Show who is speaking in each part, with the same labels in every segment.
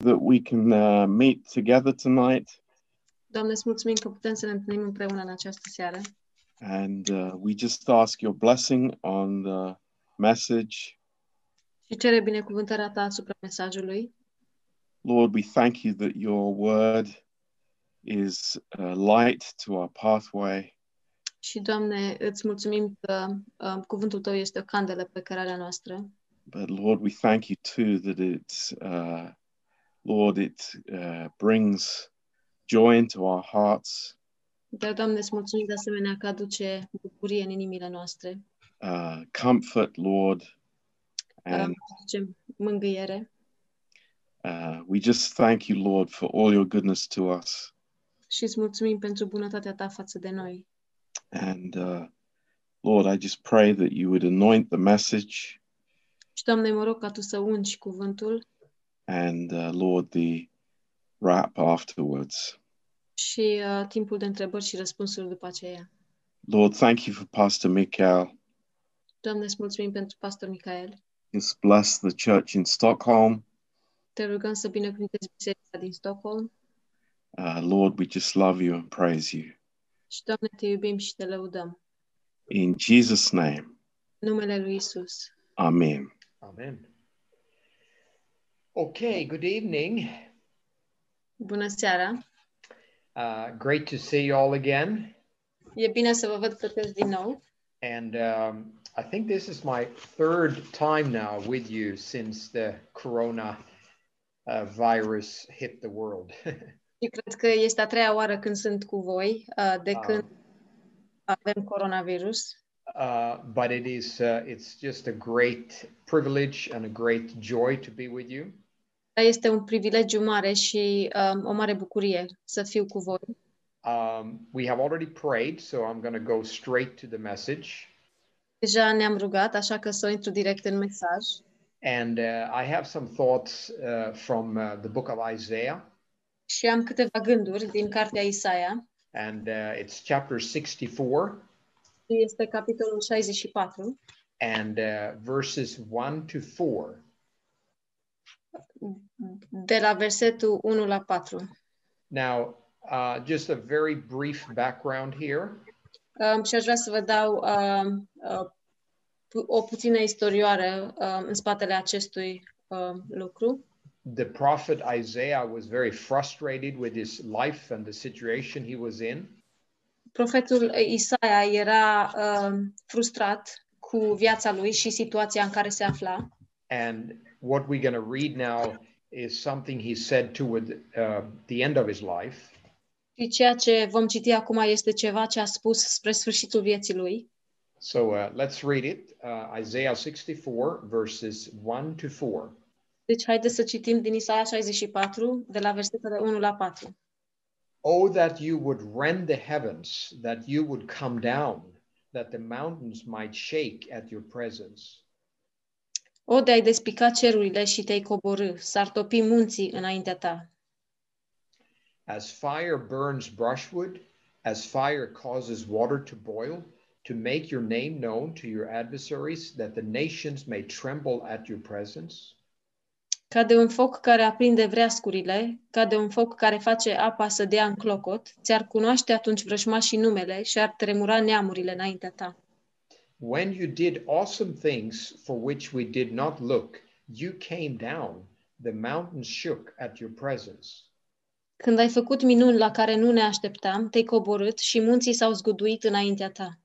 Speaker 1: that we can uh, meet together tonight.
Speaker 2: Doamne, îți mulțumim că putem să ne întâlnim împreună în această seară
Speaker 1: And uh, we just ask your blessing on the message.
Speaker 2: și cere binecuvântarea ta asupra mesajului.
Speaker 1: Lord, we thank you that your word is uh, light to our pathway.
Speaker 2: Și, Doamne, îți mulțumim că um, cuvântul tău este o candelă pe cărarea noastră.
Speaker 1: But Lord, we thank you too that it's, uh, Lord, it uh, brings joy into our hearts,
Speaker 2: Dar, Doamne, îți mulțumim de asemenea că aduce bucurie în inimile noastre,
Speaker 1: uh, comfort, Lord. And
Speaker 2: aduce mângâiere.
Speaker 1: uh, we just thank you, Lord, for all your goodness to us.
Speaker 2: Și îți mulțumim pentru bunătatea ta față de noi.
Speaker 1: And uh, Lord, I just pray that you would anoint the message
Speaker 2: Și, Doamne, mă rog ca tu să ungi cuvântul
Speaker 1: and uh, Lord, the wrap afterwards.
Speaker 2: și uh, timpul de întrebări și răspunsuri după aceea.
Speaker 1: Lord, thank you for Pastor Mikael.
Speaker 2: Doamne, îți mulțumim pentru pastor Michael.
Speaker 1: Just bless the church in Stockholm.
Speaker 2: Te rugăm să binecuvântezi biserica din Stockholm
Speaker 1: Uh, Lord, we just love you and praise you.
Speaker 2: și, Doamne, te iubim și te lăudăm.
Speaker 1: In Jesus' name,
Speaker 2: În numele lui Isus.
Speaker 1: Amen.
Speaker 3: Amen. Okay, good evening.
Speaker 2: Bună seara!
Speaker 3: Uh, great to see you all again.
Speaker 2: E bine să vă văd pe toți din nou.
Speaker 3: And um, I think this is my third time now with you since the corona uh, virus hit the world.
Speaker 2: Și cred că este a treia oară când sunt cu voi, uh, de
Speaker 3: Uh,
Speaker 2: când avem coronavirus.
Speaker 3: uh, but it is uh, it's just a great privilege and a great joy to be with you.
Speaker 2: Dar este un privilegiu mare și um, o mare bucurie să fiu cu voi.
Speaker 3: Um, we have already prayed, so I'm going to go straight to the message.
Speaker 2: Deja ne-am rugat, așa că să intru direct în mesaj.
Speaker 3: And uh, I have some thoughts uh, from uh, the book of Isaiah.
Speaker 2: Și am câteva gânduri din cartea Isaia.
Speaker 3: and uh, it's chapter 64
Speaker 2: Este capitolul 64,
Speaker 3: and uh, verses 1 to 4
Speaker 2: de la versetul 1 la 4.
Speaker 3: now uh, just a very brief background here
Speaker 2: Um, și aș vrea să vă dau um, uh, pu- o puțină istorioară um, în spatele acestui um, lucru.
Speaker 3: the prophet isaiah was very frustrated with his life and the situation he was in
Speaker 2: Profetul Isaia era um, frustrat cu viața lui și situația în care se afla.
Speaker 3: and what we're going to read now is something he said toward uh, the end of his life
Speaker 2: Și ceea ce vom citi acum este ceva ce a spus spre sfârșitul vieții lui.
Speaker 3: so uh, let's read it uh, isaiah 64 verses 1 to 4
Speaker 2: Deci haideți să citim din Isaia 64, de la versetele 1 la 4.
Speaker 3: Oh, that you would rend the heavens, that you would come down, that the mountains might shake at your presence.
Speaker 2: O, de-ai despica cerurile și te-ai coborâ, s-ar topi munții înaintea ta.
Speaker 3: As fire burns brushwood, as fire causes water to boil, to make your name known to your adversaries, that the nations may tremble at your presence.
Speaker 2: Ca de un foc care aprinde vreascurile, ca de un foc care face apa să dea în clocot, ți-ar cunoaște atunci vrăjmașii numele și ar tremura neamurile înaintea ta.
Speaker 3: When you did awesome things for which we did not look, you came down, the mountains shook at your presence.
Speaker 2: Când ai făcut minuni la care nu ne așteptam, te-ai coborât și munții s-au zguduit înaintea ta.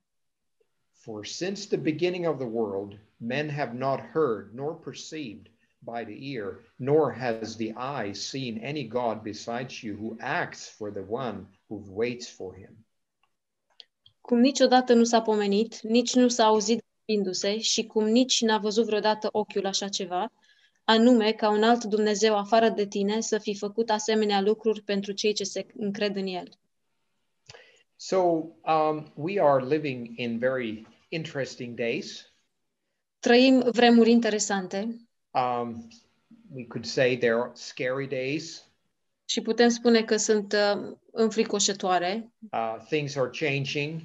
Speaker 3: For since the beginning of the world, men have not heard nor perceived by the ear, nor has the eye seen any God besides you who acts for the one who waits for him.
Speaker 2: Cum niciodată nu s-a pomenit, nici nu s-a auzit vorbindu-se și cum nici n-a văzut vreodată ochiul așa ceva, anume ca un alt Dumnezeu afară de tine să fi făcut asemenea lucruri pentru cei ce se încred în el.
Speaker 3: So um, we are living in very interesting days.
Speaker 2: Trăim vremuri interesante,
Speaker 3: Um, we could say they're scary days.
Speaker 2: Și putem spune că sunt uh, înfricoșătoare,
Speaker 3: Uh, things are changing,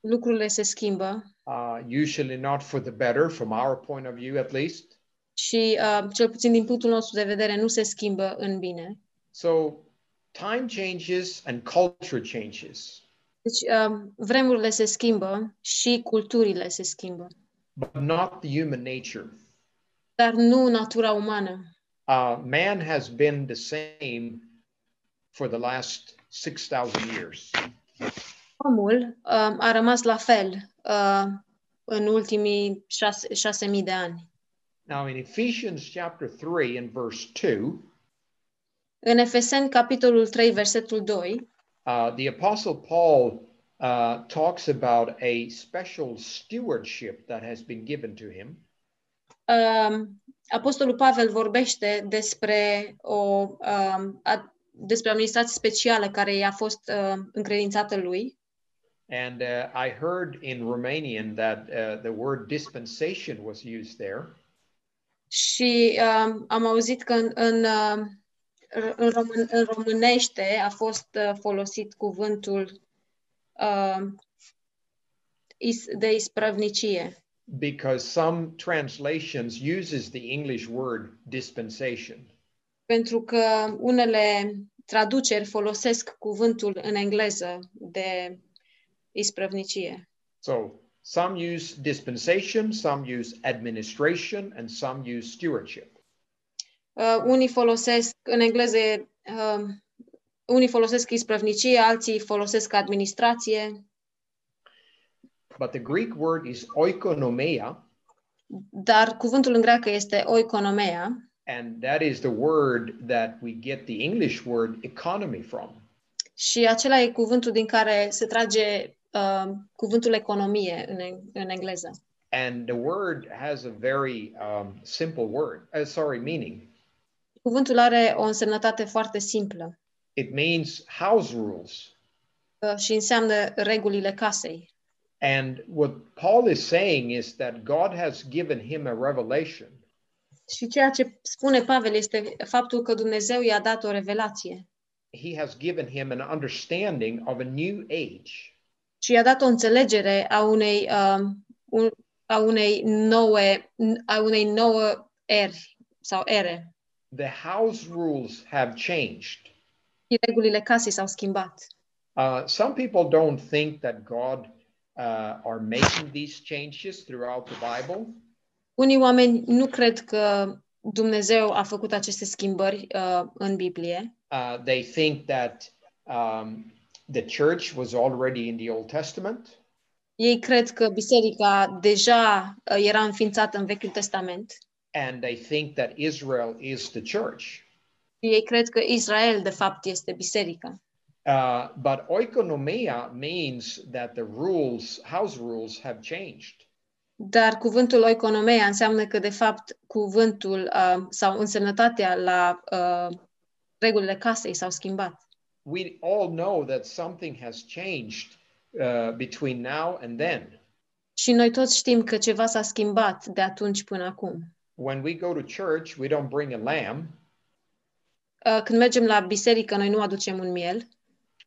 Speaker 2: lucrurile se schimbă
Speaker 3: uh, usually not for the better, from our point of view at least.
Speaker 2: și, uh, cel puțin din punctul nostru de vedere, nu se schimbă în bine.
Speaker 3: So time changes and culture changes,
Speaker 2: Deci, uh, vremurile se schimbă și culturile se schimbă,
Speaker 3: but not the human nature.
Speaker 2: dar nu natura umană.
Speaker 3: Uh, man has been the same for the last 6,000 years.
Speaker 2: Omul uh, a rămas la fel uh, în ultimii șase, șase mii de ani.
Speaker 3: Now, in Ephesians chapter 3 and verse 2,
Speaker 2: În Efeseni, capitolul 3, versetul 2,
Speaker 3: uh, the Apostle Paul uh, talks about a special stewardship that has been given to him.
Speaker 2: uh, Apostolul Pavel vorbește despre o, uh, a, despre o administrație specială care i-a fost uh, încredințată lui.
Speaker 3: And uh, I heard in Romanian that uh, the word dispensation was used there.
Speaker 2: Și uh, am auzit că în, în, uh, în, român, în românește a fost uh, folosit cuvântul uh, is, de ispravnicie.
Speaker 3: because some translations uses the english word dispensation
Speaker 2: pentru că unele traduceri folosesc cuvântul în engleză de isprăvnicie.
Speaker 3: so some use dispensation some use administration and some use stewardship
Speaker 2: Uh, unii folosesc în engleză, uh, unii folosesc isprăvnicie, alții folosesc administrație,
Speaker 3: but the greek word is oikonomia
Speaker 2: dar cuvântul în greacă este oikonomea
Speaker 3: and that is the word that we get the english word economy from
Speaker 2: și acela e cuvântul din care se trage uh, cuvântul economie în, en- în engleză.
Speaker 3: and the word has a very um, simple word uh, sorry meaning
Speaker 2: Cuvântul are o însemnătate foarte simplă
Speaker 3: it means house rules
Speaker 2: uh, și înseamnă regulile casei.
Speaker 3: and what paul is saying is that god has given him a revelation
Speaker 2: Și ceea ce spune Pavel este faptul că Dumnezeu i-a dat o revelație
Speaker 3: he has given him an understanding of a new age.
Speaker 2: și i-a dat o înțelegere a unei, um, un, a unei noue, a unei nouă eri sau ere.
Speaker 3: The house rules have changed.
Speaker 2: Și regulile casei s-au schimbat.
Speaker 3: Uh, some people don't think that God uh, are making these changes throughout the Bible,
Speaker 2: Unii oameni nu cred că Dumnezeu a făcut aceste schimbări uh, în Biblie.
Speaker 3: uh, they think that um, the church was already in the Old Testament
Speaker 2: Ei cred că biserica deja uh, era înființată în Vechiul Testament
Speaker 3: and they think that Israel is the church.
Speaker 2: și ei cred că Israel, de fapt, este biserica.
Speaker 3: Uh, but oikonomia means that the rules, house rules, have changed.
Speaker 2: Dar cuvântul oikonomia înseamnă că, de fapt, cuvântul uh, sau însemnătatea la uh, regulile casei s-au schimbat.
Speaker 3: we all know that something has changed uh, between now and then.
Speaker 2: Și noi toți știm că ceva s-a schimbat de atunci până acum.
Speaker 3: When we go to church, we don't bring a lamb.
Speaker 2: Uh, când mergem la biserică, noi nu aducem un miel,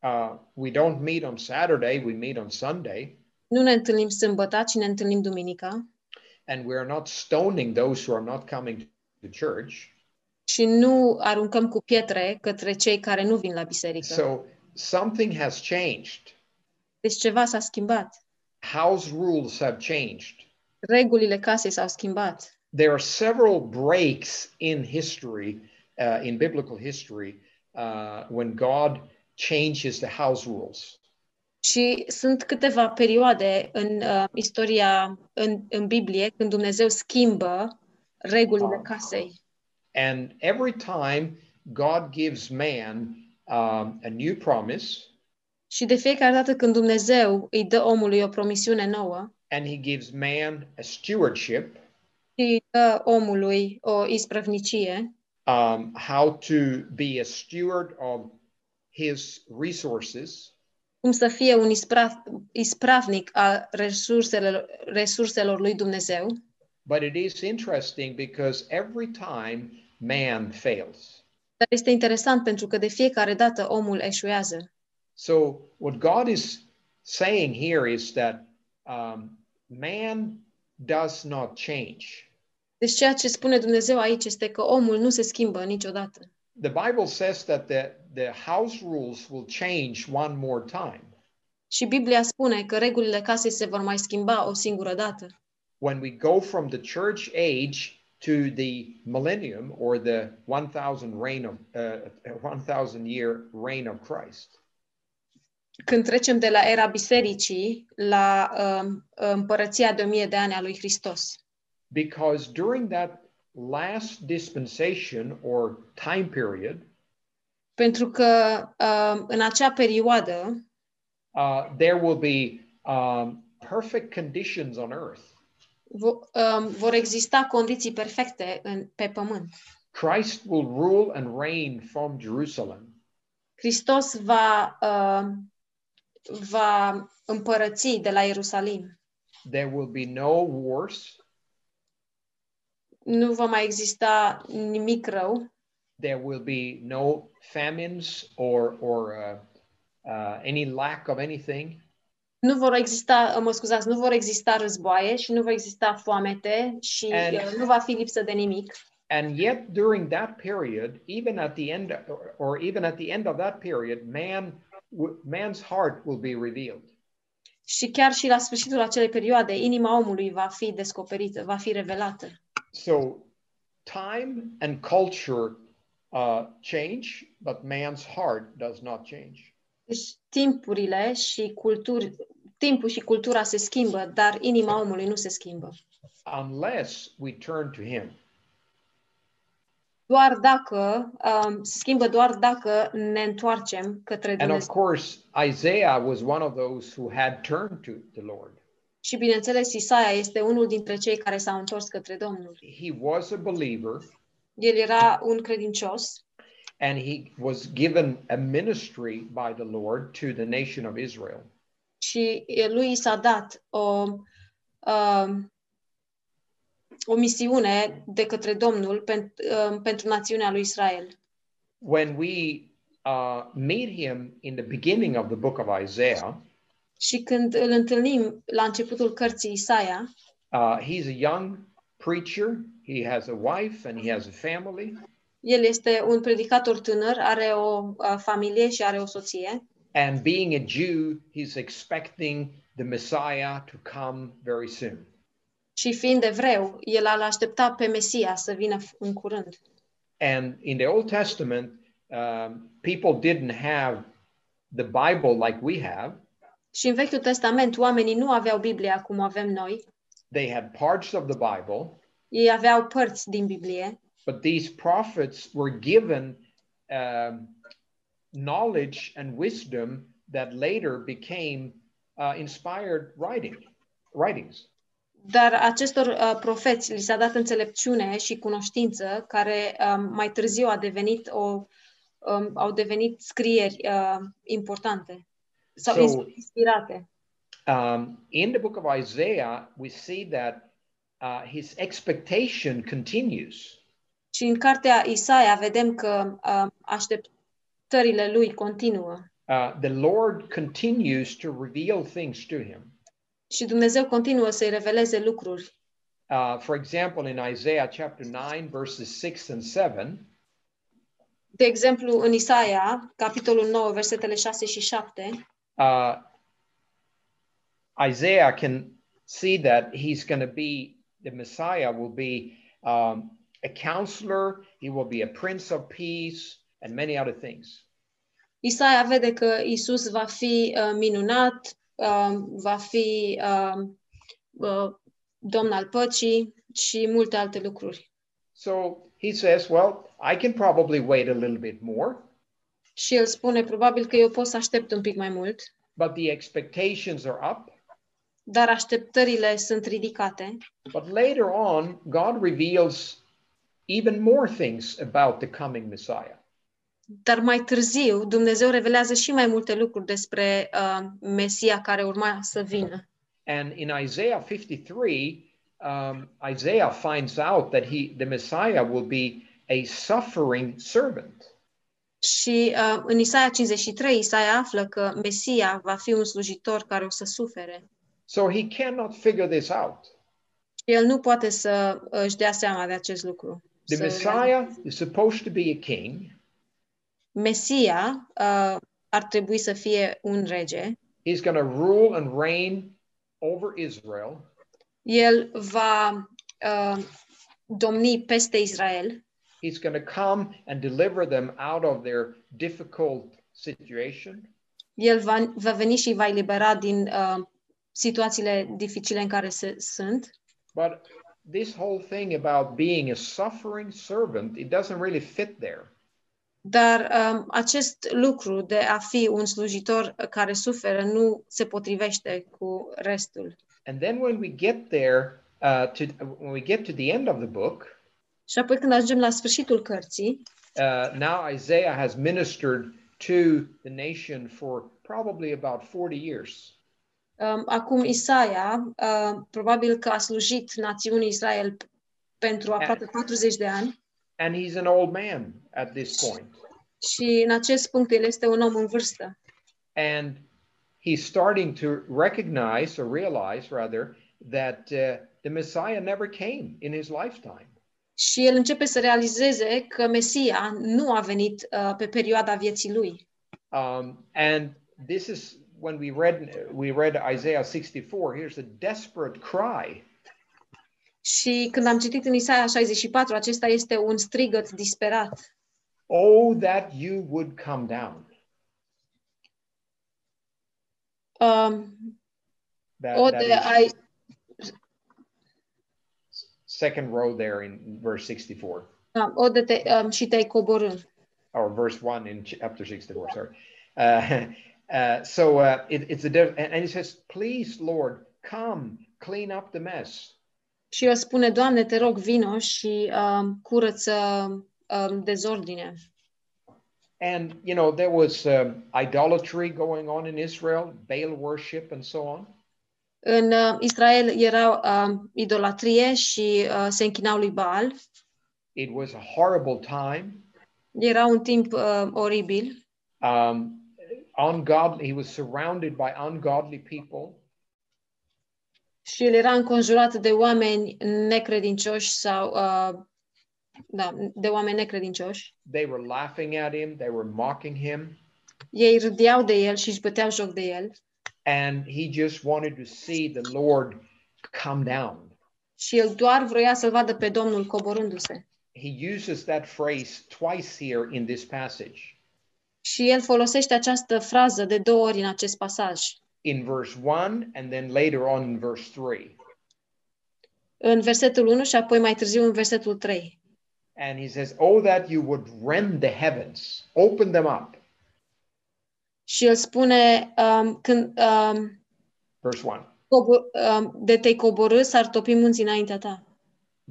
Speaker 3: Uh, we don't meet on Saturday, we meet on Sunday.
Speaker 2: nu ne întâlnim sâmbătă, ci ne întâlnim duminica
Speaker 3: And we're not stoning those who are not coming to church.
Speaker 2: și nu aruncăm cu pietre către cei care nu vin la biserică.
Speaker 3: So something has changed.
Speaker 2: Deci ceva s-a schimbat.
Speaker 3: House rules have changed.
Speaker 2: Regulile casei s-au schimbat.
Speaker 3: There are several breaks in history, uh, in biblical history, uh, when God changes the house rules.
Speaker 2: Și sunt câteva perioade în uh, istoria, în, în Biblie, când Dumnezeu schimbă regulile casei.
Speaker 3: And every time God gives man um, a new promise
Speaker 2: Și de fiecare dată când Dumnezeu îi dă omului o promisiune nouă
Speaker 3: and he gives man a stewardship,
Speaker 2: și îi dă omului o isprăvnicie,
Speaker 3: um, how to be a steward of his resources,
Speaker 2: cum să fie un isprav, ispravnic a resurselor, resurselor lui Dumnezeu.
Speaker 3: but it is interesting because every time man fails.
Speaker 2: Dar este interesant pentru că de fiecare dată omul eșuează.
Speaker 3: So, what God is saying here is that um, man does not change.
Speaker 2: Deci ceea ce spune Dumnezeu aici este că omul nu se schimbă niciodată.
Speaker 3: The Bible says that the, the house rules will change one more time.
Speaker 2: Și Biblia spune că regulile casei se vor mai schimba o singură dată.
Speaker 3: When we go from the church age to the millennium or the 1000 reign of uh, 1000 year reign of Christ.
Speaker 2: Când trecem de la era bisericii la um, împărăția de o mie de ani a lui Hristos.
Speaker 3: Because during that last dispensation or time period,
Speaker 2: Pentru că um, în acea perioadă
Speaker 3: uh, there will be um, perfect conditions on earth.
Speaker 2: vo- um, vor exista condiții perfecte în, pe pământ.
Speaker 3: Christ will rule and reign from Jerusalem.
Speaker 2: Hristos va, um, va împărăți de la Ierusalim.
Speaker 3: There will be no wars.
Speaker 2: Nu va mai exista nimic rău,
Speaker 3: There will be no famines or or uh, uh, any lack of anything.
Speaker 2: nu vor exista, uh, mă scuzați, nu vor exista războaie și nu vor exista foamete și
Speaker 3: And-
Speaker 2: uh, nu va fi lipsă de nimic.
Speaker 3: And yet, during that period, even at the end, or, or even at the end of that period, man, w- man's heart will be revealed.
Speaker 2: Și chiar și la sfârșitul acelei perioade, inima omului va fi descoperită, va fi revelată.
Speaker 3: So, time and culture uh, change, but man's heart does not change.
Speaker 2: Deci timpurile și culturi, timpul și cultura se schimbă, dar inima omului nu se schimbă.
Speaker 3: Unless we turn to Him,
Speaker 2: Doar dacă um, se schimbă doar dacă ne întoarcem către
Speaker 3: and of
Speaker 2: Dumnezeu.
Speaker 3: course, Isaiah was one of those who had turned to the Lord.
Speaker 2: Și bineînțeles, Isaia este unul dintre cei care s-au întors către Domnul.
Speaker 3: He was a believer,
Speaker 2: El era un credincios
Speaker 3: and he was given a ministry by the Lord to the nation of Israel.
Speaker 2: și lui i s-a dat o, um, o misiune de către Domnul pentru, pentru națiunea lui Israel.
Speaker 3: when we uh, meet him in the beginning of the book of Isaiah,
Speaker 2: Și când îl întâlnim la începutul cărții Isaia,
Speaker 3: uh, he's a young preacher. He has a wife and he has a family.
Speaker 2: el este un predicator tânăr, are o uh, familie și are o soție
Speaker 3: And being a Jew, he's expecting the Messiah to come very soon.
Speaker 2: și fiind evreu, el al aștepta pe Mesia să vină f- în curând.
Speaker 3: And in the Old Testament, um, people didn't have the Bible like we have.
Speaker 2: Și în Vechiul Testament oamenii nu aveau Biblia cum o avem noi,
Speaker 3: They had parts of the Bible,
Speaker 2: ei aveau părți din Biblie,
Speaker 3: but these prophets were given um, knowledge and wisdom that later became uh, inspired writing writings
Speaker 2: Dar acestor uh, profeți li s-a dat înțelepciune și cunoștință care um, mai târziu a devenit o, um, au devenit scrieri uh, importante sau
Speaker 3: So-
Speaker 2: inspirate.
Speaker 3: um, in the book of isaiah we see that uh, his expectation continues
Speaker 2: Și în cartea Isaia vedem că um, așteptările lui continuă
Speaker 3: uh, the lord continues to reveal things to him
Speaker 2: și Dumnezeu continuă să-i reveleze lucruri.
Speaker 3: uh, for example in isaiah chapter 9 verses 6 and 7
Speaker 2: De exemplu, în Isaia, capitolul 9, versetele 6 și 7,
Speaker 3: uh, Isaiah can see that he's going to be the Messiah will be um, a counselor, he will be a prince of peace, and many other things.
Speaker 2: Isaia vede că Isus va fi uh, minunat, um, va fi um, uh, domn al păcii și multe alte lucruri.
Speaker 3: So he says, Well, I can probably wait a little bit more,
Speaker 2: Și el spune probabil că eu pot să aștept un pic mai mult,
Speaker 3: but the expectations are up.
Speaker 2: dar așteptările sunt ridicate.
Speaker 3: But later on, God reveals even more things about the coming Messiah.
Speaker 2: Dar mai târziu Dumnezeu revelează și mai multe lucruri despre uh, Mesia care urma să vină.
Speaker 3: And in Isaiah 53, um, Isaiah finds out that he, the Messiah, will be a suffering servant.
Speaker 2: Și uh, în Isaia 53, Isaia află că Mesia va fi un slujitor care o să sufere.
Speaker 3: So he cannot figure this out.
Speaker 2: Și el nu poate să uh, își dea seama de acest lucru.
Speaker 3: The
Speaker 2: Să-
Speaker 3: Messiah is supposed to be a king.
Speaker 2: Mesia uh, ar trebui să fie un rege.
Speaker 3: He's going to rule and reign over Israel.
Speaker 2: El va uh, domni peste Israel.
Speaker 3: He's going to come and deliver them out of their difficult situation.
Speaker 2: El va, va veni și va elibera din uh, situațiile dificile în care se, sunt.
Speaker 3: But this whole thing about being a suffering servant, it doesn't really fit there.
Speaker 2: Dar um, acest lucru de a fi un slujitor care suferă nu se potrivește cu restul.
Speaker 3: And then when we get there, uh, to when we get to the end of the book,
Speaker 2: Și apoi când ajungem la sfârșitul cărții,
Speaker 3: uh, now Isaiah has ministered to the nation for probably about 40 years.
Speaker 2: um, acum Isaia uh, probabil că a slujit națiunii Israel p- pentru aproape 40 de ani
Speaker 3: And he's an old man at this point.
Speaker 2: și în acest punct el este un om în vârstă.
Speaker 3: And he's starting to recognize or realize, rather, that uh, the Messiah never came in his lifetime.
Speaker 2: Și el începe să realizeze că Mesia nu a venit uh, pe perioada vieții lui.
Speaker 3: Um, and this is when we read we read Isaiah 64. Here's a desperate cry.
Speaker 2: Și când am citit în Isaia 64, acesta este un strigăt disperat.
Speaker 3: Oh, that you would come down.
Speaker 2: Um,
Speaker 3: That,
Speaker 2: O,
Speaker 3: that
Speaker 2: de
Speaker 3: is
Speaker 2: ai,
Speaker 3: second row there in verse 64
Speaker 2: da, o de te, um, și te-ai coborât.
Speaker 3: or verse one in chapter 64. Sorry. Uh, uh, so uh, it, it's a de- and, and he says, "Please, Lord, come clean up the mess."
Speaker 2: Și el spune, Doamne, te rog, vino și um, curăță um, dezordine.
Speaker 3: And you know there was um, idolatry going on in Israel, Baal worship, and so on.
Speaker 2: În uh, Israel era um, idolatrie și uh, se închinau lui Baal.
Speaker 3: It was a horrible time.
Speaker 2: Era un timp uh, oribil.
Speaker 3: um, ungodly. He was surrounded by ungodly people,
Speaker 2: Și el era înconjurat de oameni necredincioși sau uh, da, de oameni necredincioși.
Speaker 3: they were laughing at him, they were mocking him,
Speaker 2: Ei râdeau de el și își băteau joc de el.
Speaker 3: and he just wanted to see the Lord come down.
Speaker 2: Și el doar vroia să-l vadă pe Domnul coborându-se.
Speaker 3: He uses that phrase twice here in this passage.
Speaker 2: Și el folosește această frază de două ori în acest pasaj.
Speaker 3: In verse 1 and then later on in verse 3.
Speaker 2: În versetul 1 și apoi mai târziu în versetul 3.
Speaker 3: And he says, Oh, that you would rend the heavens, open them up.
Speaker 2: Și el spune, um, când um,
Speaker 3: Verse 1
Speaker 2: cobor, um, de te-ai coborâ, s-ar topi munții înaintea ta.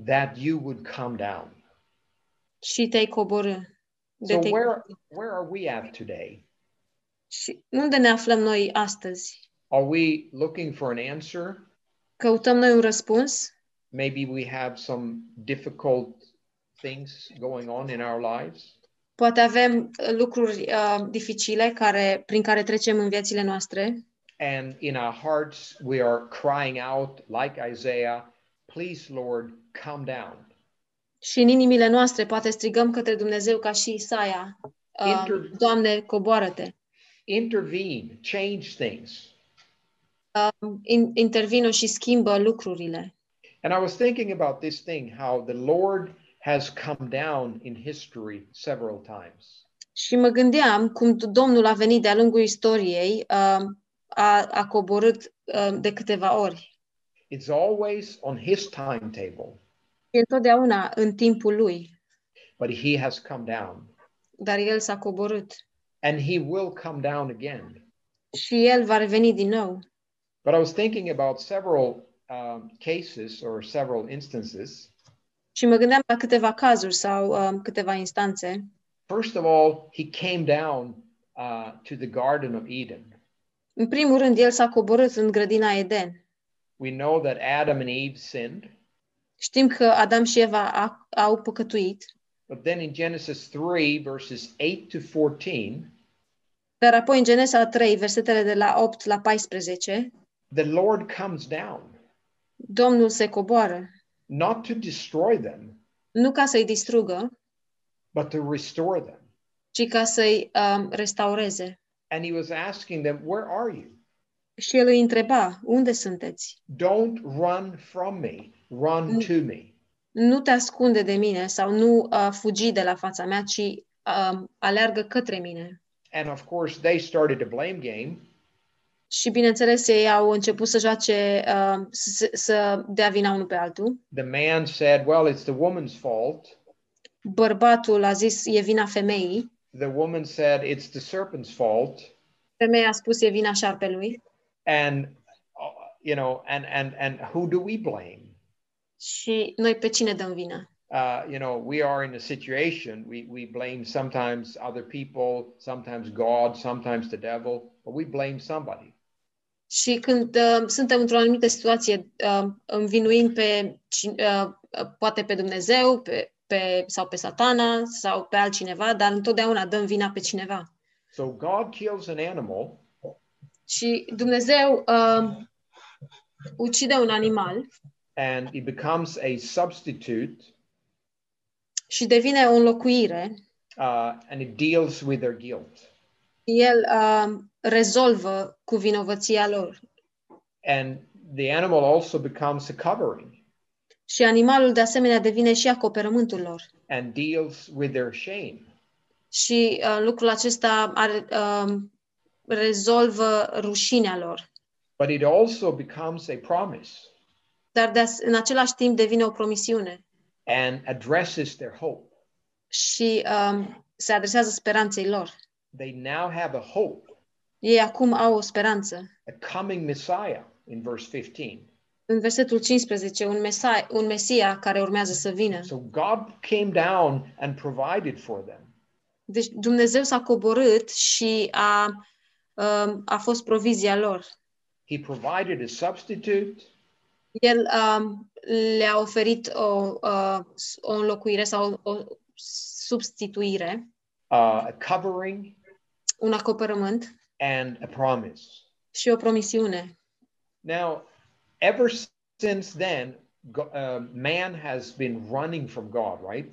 Speaker 3: that you would come down.
Speaker 2: Și te-ai coborâ. De
Speaker 3: So,
Speaker 2: te-ai-
Speaker 3: where, where are we at today?
Speaker 2: Și unde ne aflăm noi astăzi?
Speaker 3: Are we looking for an answer?
Speaker 2: Căutăm noi un răspuns?
Speaker 3: maybe we have some difficult things going on in our lives
Speaker 2: Poate avem uh, lucruri uh, dificile care, prin care trecem în viețile noastre
Speaker 3: and in our hearts we are crying out like isaiah please lord come down
Speaker 2: și în inimile noastre poate strigăm către Dumnezeu ca și Isaia, uh,
Speaker 3: Inter-
Speaker 2: Doamne, coboară-te!
Speaker 3: intervene change things
Speaker 2: Uh, in, intervină și schimbă lucrurile.
Speaker 3: and i was thinking about this thing how the lord has come down in history several times
Speaker 2: Și mă gândeam cum Domnul a venit de-a lungul istoriei, um, a, a coborât um, de câteva ori.
Speaker 3: it's always on his timetable
Speaker 2: E întotdeauna în timpul lui,
Speaker 3: but he has come down
Speaker 2: dar el s-a coborât.
Speaker 3: and he will come down again
Speaker 2: Și el va reveni din nou.
Speaker 3: But I was thinking about several um, cases or several instances.
Speaker 2: Și mă gândeam la câteva cazuri sau um, câteva instanțe.
Speaker 3: First of all, he came down uh, to the Garden of Eden.
Speaker 2: În primul rând, el s-a coborât în grădina Eden.
Speaker 3: We know that Adam and Eve sinned,
Speaker 2: Știm că Adam și Eva a, au păcătuit,
Speaker 3: but then in Genesis 3, verses 8 to 14,
Speaker 2: dar apoi în Genesa 3, versetele de la 8 la 14,
Speaker 3: the Lord comes down
Speaker 2: Domnul se coboară,
Speaker 3: not to destroy them,
Speaker 2: nu ca să-i distrugă,
Speaker 3: but to restore them.
Speaker 2: ci ca să-i um, restaureze.
Speaker 3: And he was asking them, Where are you?
Speaker 2: Și el îi întreba, unde sunteți?
Speaker 3: Don't run from me, run
Speaker 2: Mm.
Speaker 3: to me.
Speaker 2: Nu te ascunde de mine sau nu uh, fugi de la fața mea, ci um, aleargă către mine.
Speaker 3: And of course, they started to blame game.
Speaker 2: Și bineînțeles, ei au început să joace, uh, să, să dea vina unul pe altul.
Speaker 3: The man said, Well, it's the woman's fault.
Speaker 2: Bărbatul a zis, e vina femeii.
Speaker 3: The woman said, It's the serpent's fault.
Speaker 2: Femeia a spus, e vina șarpelui.
Speaker 3: And, uh, you know, and, and, and who do we blame?
Speaker 2: Și noi pe cine dăm vina?
Speaker 3: Uh, you know, we are in a situation, we, we blame sometimes other people, sometimes God, sometimes the devil, but we blame somebody.
Speaker 2: Și când uh, suntem într-o anumită situație, uh, învinuim pe, cin- uh, uh, poate pe Dumnezeu, pe, pe, sau pe satana, sau pe altcineva, dar întotdeauna dăm vina pe cineva.
Speaker 3: So God kills an animal
Speaker 2: Și Dumnezeu uh, ucide un animal
Speaker 3: and he becomes a substitute
Speaker 2: și devine o înlocuire.
Speaker 3: uh, and it deals with their guilt.
Speaker 2: El uh, rezolvă cu vinovăția lor.
Speaker 3: And the animal also becomes a covering
Speaker 2: Și animalul, de asemenea, devine și acoperământul lor.
Speaker 3: and deals with their shame.
Speaker 2: Și uh, lucrul acesta are, uh, rezolvă rușinea lor.
Speaker 3: But it also becomes a promise
Speaker 2: dar de as- în același timp devine o promisiune
Speaker 3: and addresses their hope.
Speaker 2: și um, se adresează speranței lor.
Speaker 3: They now have a hope,
Speaker 2: Ei acum au o speranță.
Speaker 3: a coming Messiah in verse 15.
Speaker 2: În versetul 15, un, mesai, un Mesia care urmează să vină.
Speaker 3: So God came down and provided for them.
Speaker 2: Deci Dumnezeu s-a coborât și a, um, a fost provizia lor.
Speaker 3: He provided a substitute,
Speaker 2: El um, le-a oferit o, uh, o înlocuire sau o substituire,
Speaker 3: uh, a covering,
Speaker 2: un acoperământ
Speaker 3: and a promise.
Speaker 2: și o promisiune.
Speaker 3: Now, ever since then, go- uh, man has been running from God, right?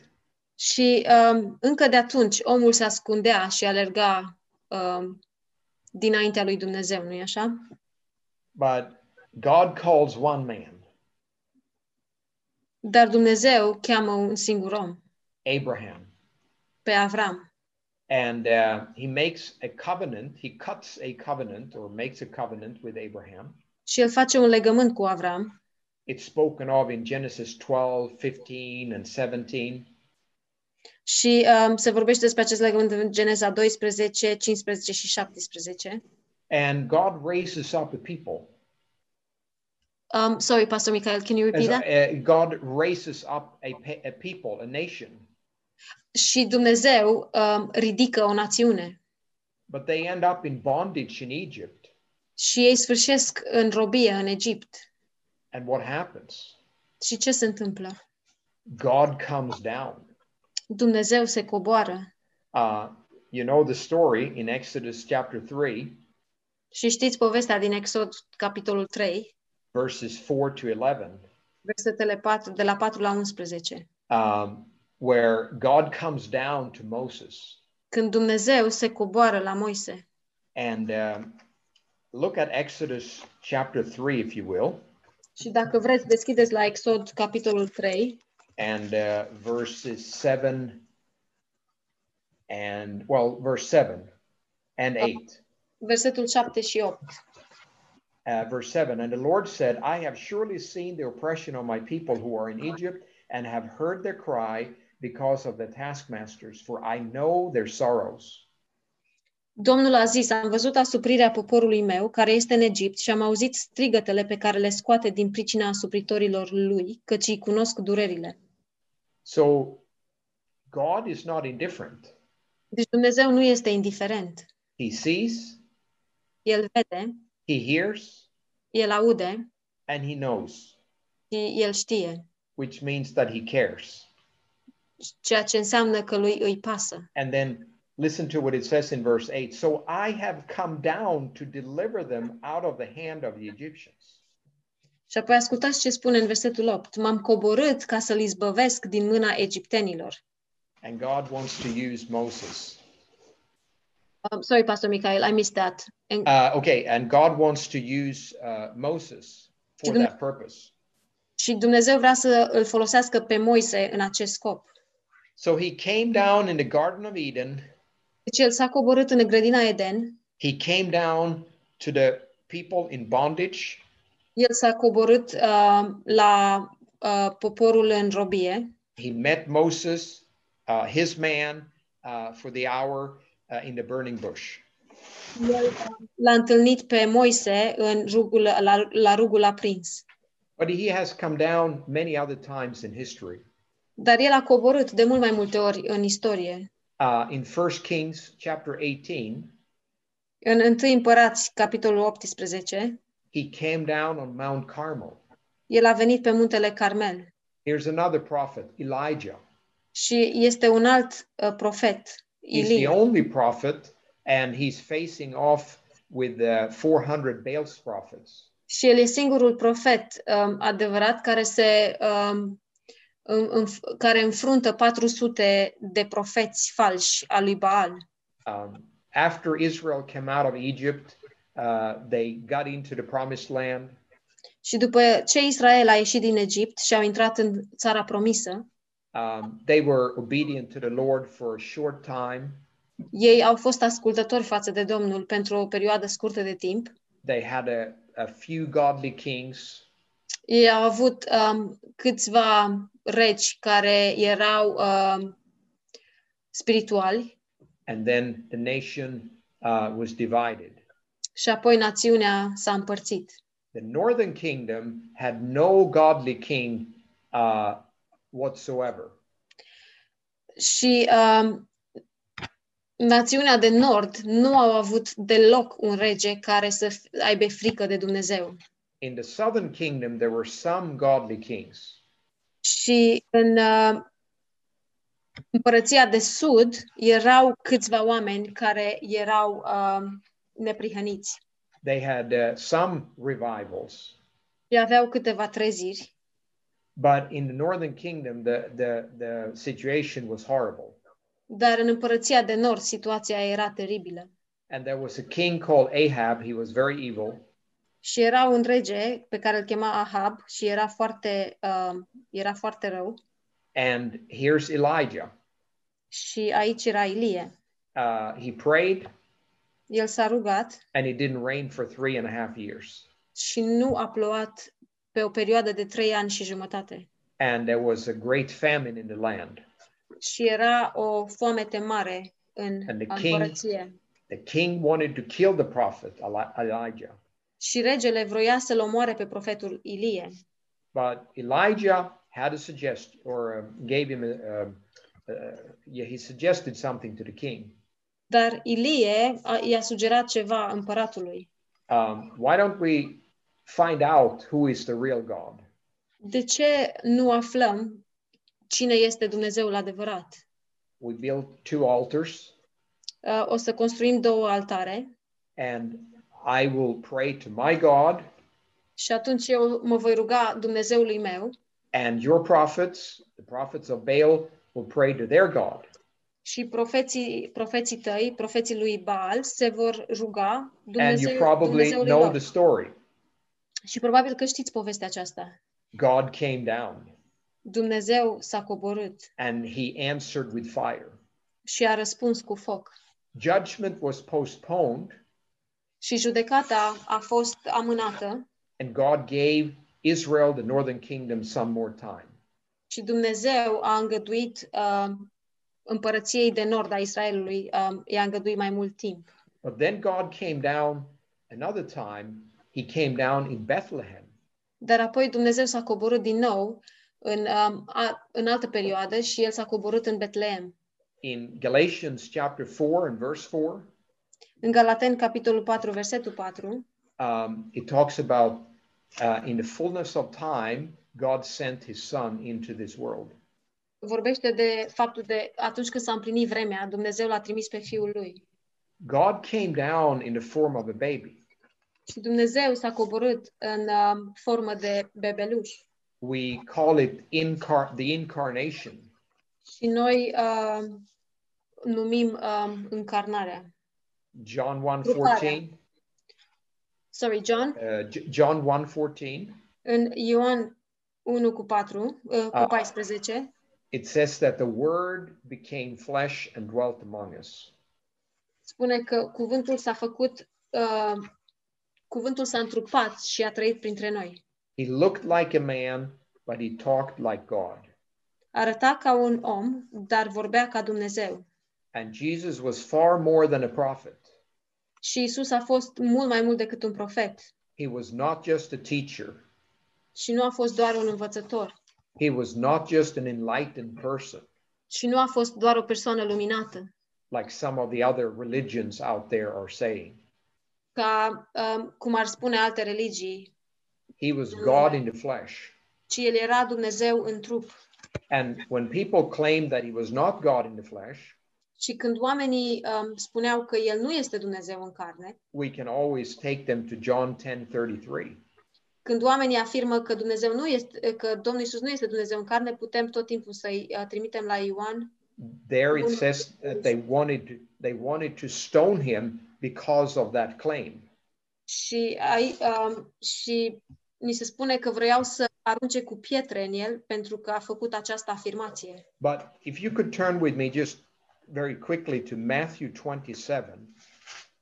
Speaker 2: Și um, încă de atunci omul se ascundea și alerga um, dinaintea lui Dumnezeu, nu-i așa?
Speaker 3: But God calls one man,
Speaker 2: Dar Dumnezeu cheamă un singur om,
Speaker 3: Abraham,
Speaker 2: pe Avram,
Speaker 3: and uh, he makes a covenant. He cuts a covenant or makes a covenant with Abraham.
Speaker 2: și el face un legământ cu Avram.
Speaker 3: It's spoken of in Genesis 12, 15, and 17.
Speaker 2: Și um, se vorbește despre acest legământ în Geneza 12, 15 și 17.
Speaker 3: And God raises up a people.
Speaker 2: Um, sorry, Pastor Michael, can you repeat
Speaker 3: As,
Speaker 2: that?
Speaker 3: uh, God raises up a, pe- a people, a nation,
Speaker 2: Și Dumnezeu um, ridică o națiune
Speaker 3: but they end up in bondage in Egypt.
Speaker 2: și ei sfârșesc în robie în Egipt.
Speaker 3: And what happens?
Speaker 2: Și ce se întâmplă?
Speaker 3: God comes down.
Speaker 2: Dumnezeu se coboară
Speaker 3: Uh, you know the story in Exodus chapter 3,
Speaker 2: Și știți povestea din Exod, capitolul 3,
Speaker 3: verses 4 to 11,
Speaker 2: versetele 4, de la 4 la 11,
Speaker 3: um, where God comes down to Moses.
Speaker 2: când Dumnezeu se coboară la Moise.
Speaker 3: And um, look at Exodus chapter 3, if you will,
Speaker 2: Și dacă vreți, deschideți la Exod, capitolul 3,
Speaker 3: and uh, verses 7 and, well, verse 7 and 8.
Speaker 2: versetul 7 și 8.
Speaker 3: uh, verse 7 and the lord said i have surely seen the oppression of my people who are in egypt and have heard their cry because of the taskmasters for i know their sorrows
Speaker 2: Domnul a zis, am văzut asuprirea poporului meu, care este în Egipt, și am auzit strigătele pe care le scoate din pricina asupritorilor lui, căci îi cunosc durerile.
Speaker 3: so god is not indifferent
Speaker 2: Deci Dumnezeu nu este indiferent.
Speaker 3: he sees
Speaker 2: El vede,
Speaker 3: he hears
Speaker 2: el aude
Speaker 3: and he knows
Speaker 2: și el știe,
Speaker 3: which means that he cares
Speaker 2: ceea ce înseamnă că lui îi pasă.
Speaker 3: and then listen to what it says in verse 8 so i have come down to deliver them out of the hand of the egyptians
Speaker 2: Și apoi ascultați ce spune în versetul 8. M-am coborât ca să-l izbăvesc din mâna egiptenilor.
Speaker 3: And God wants to use Moses.
Speaker 2: Um, sorry, Pastor Michael, I missed that. And
Speaker 3: Uh, okay, and God wants to use uh, Moses for
Speaker 2: Didn't-
Speaker 3: that purpose.
Speaker 2: și Dumnezeu vrea să îl folosească pe Moise în acest scop.
Speaker 3: So he came down in the Garden of Eden.
Speaker 2: Deci el s-a coborât în grădina Eden,
Speaker 3: He came down to the people in bondage.
Speaker 2: el s-a coborât uh, la uh, poporul în robie,
Speaker 3: He met Moses, uh, his man, uh, for the hour uh, in the burning bush.
Speaker 2: l-a întâlnit pe Moise în rugul, la, la rugul aprins.
Speaker 3: But he has come down many other times in history.
Speaker 2: Dar el a coborât de mult mai multe ori în istorie.
Speaker 3: Uh, in 1 Kings chapter 18,
Speaker 2: În 1 Împărați, capitolul 18,
Speaker 3: he came down on Mount Carmel.
Speaker 2: el a venit pe muntele Carmel
Speaker 3: Here's another prophet, Elijah.
Speaker 2: și este un alt uh, profet,
Speaker 3: He's
Speaker 2: Ilie.
Speaker 3: the only prophet, and he's facing off with the 400 Baal's prophets.
Speaker 2: Și el e singurul profet um, adevărat care se um, în, în, care înfruntă 400 de profeți falși a lui Baal.
Speaker 3: Um, after Israel came out of Egypt, uh, they got into the promised land.
Speaker 2: Și după ce Israel a ieșit din Egipt și au intrat în țara promisă,
Speaker 3: Um, they were obedient to the Lord for a short time.
Speaker 2: ei au fost ascultători față de Domnul pentru o perioadă scurtă de timp.
Speaker 3: They had a, a few godly kings,
Speaker 2: Ei au avut um, câțiva regi care erau um, spirituali
Speaker 3: and then the nation uh, was divided.
Speaker 2: și apoi națiunea s-a împărțit.
Speaker 3: The northern kingdom had no godly king uh, whatsoever.
Speaker 2: și um, națiunea de nord nu au avut deloc un rege care să f- aibă frică de Dumnezeu.
Speaker 3: in the southern kingdom there were some godly kings
Speaker 2: Și în uh, împărăția de sud erau câțiva oameni care erau uh, neprihăniți
Speaker 3: they had uh, some revivals
Speaker 2: și aveau câteva treziri.
Speaker 3: but in the northern kingdom the the, the situation was horrible
Speaker 2: Dar în împărăția de nord situația era teribilă.
Speaker 3: and there was a king called ahab he was very evil
Speaker 2: Și era un rege pe care îl chema Ahab și era foarte, uh, era foarte rău.
Speaker 3: and here's elijah
Speaker 2: Și aici era Ilie.
Speaker 3: uh, he prayed
Speaker 2: El s-a rugat
Speaker 3: and it didn't rain for three and a half years
Speaker 2: și nu a plouat pe o perioadă de trei ani și jumătate.
Speaker 3: and there was a great famine in the land
Speaker 2: Și era o foamete mare în
Speaker 3: And the king-
Speaker 2: împărăție.
Speaker 3: the king wanted to kill the prophet Eli- elijah
Speaker 2: Și regele vroia să-l omoare pe profetul Ilie.
Speaker 3: But Elijah had a suggestion, or um, gave him a, um, uh, yeah, he suggested something to the king.
Speaker 2: Dar Ilie a, i-a sugerat ceva împăratului.
Speaker 3: Um, why don't we find out who is the real God?
Speaker 2: De ce nu aflăm cine este Dumnezeul adevărat?
Speaker 3: We built two altars,
Speaker 2: Uh, O să construim două altare
Speaker 3: and I will pray to my God,
Speaker 2: și atunci eu mă voi ruga Dumnezeului meu
Speaker 3: and your prophets, the prophets of Baal, will pray to their God.
Speaker 2: și profeții, profeții tăi, profeții lui Baal, se vor ruga
Speaker 3: And you
Speaker 2: Dumnezeu,
Speaker 3: probably
Speaker 2: Dumnezeului
Speaker 3: know
Speaker 2: lor.
Speaker 3: the story.
Speaker 2: Și probabil că știți povestea aceasta.
Speaker 3: God came down
Speaker 2: Dumnezeu s-a coborât
Speaker 3: and he answered with fire.
Speaker 2: și a răspuns cu foc.
Speaker 3: Judgment was postponed,
Speaker 2: Și judecata a fost amânată
Speaker 3: and God gave Israel, the northern kingdom, some more time.
Speaker 2: și Dumnezeu a îngăduit uh, împărăției de nord a Israelului, uh, i-a îngăduit mai mult timp.
Speaker 3: But then God came down another time. He came down in Bethlehem,
Speaker 2: Dar apoi Dumnezeu s-a coborât din nou în, um, a, în altă perioadă și el s-a coborât în Betleem.
Speaker 3: in Galatians chapter 4 and verse 4.
Speaker 2: În Galaten, capitolul 4, versetul 4,
Speaker 3: Um, it talks about uh, in the fullness of time, God sent his son into this world.
Speaker 2: vorbește de faptul de atunci când s-a împlinit vremea, Dumnezeu l-a trimis pe Fiul Lui.
Speaker 3: God came down in the form of a baby.
Speaker 2: Și Dumnezeu s-a coborât în um, formă de bebeluș.
Speaker 3: We call it incar- the incarnation.
Speaker 2: Și noi um, numim um, încarnarea.
Speaker 3: John 1:14.
Speaker 2: Sorry, John,
Speaker 3: Uh, J- John 1:14.
Speaker 2: în Ioan 1 cu 4, uh, cu
Speaker 3: Ah.
Speaker 2: 14,
Speaker 3: It says that the word became flesh and dwelt among us.
Speaker 2: spune că cuvântul s-a făcut, uh, cuvântul s-a întrupat și a trăit printre noi.
Speaker 3: He looked like a man, but he talked like God.
Speaker 2: Arăta ca un om, dar vorbea ca Dumnezeu.
Speaker 3: And Jesus was far more than a prophet.
Speaker 2: Și Isus a fost mult mai mult decât un profet.
Speaker 3: He was not just a teacher.
Speaker 2: Și nu a fost doar un învățător.
Speaker 3: He was not just an enlightened person
Speaker 2: Și nu a fost doar o persoană luminată.
Speaker 3: like some of the other religions out there are saying.
Speaker 2: Ca, um, cum ar spune alte religii,
Speaker 3: He was God in the flesh.
Speaker 2: ci el era Dumnezeu în trup.
Speaker 3: And when people claim that he was not God in the flesh,
Speaker 2: Și când oamenii um, spuneau că el nu este Dumnezeu în carne,
Speaker 3: we can always take them to John 10:33.
Speaker 2: când oamenii afirmă că Dumnezeu nu este, că Domnul Isus nu este Dumnezeu în carne, putem tot timpul să-i uh, trimitem la Ioan
Speaker 3: There it says that they wanted they wanted to stone him because of that claim.
Speaker 2: și, ai, um, și ni se spune că vreau să arunce cu pietre în el pentru că a făcut această afirmație.
Speaker 3: But if you could turn with me just very quickly to Matthew 27,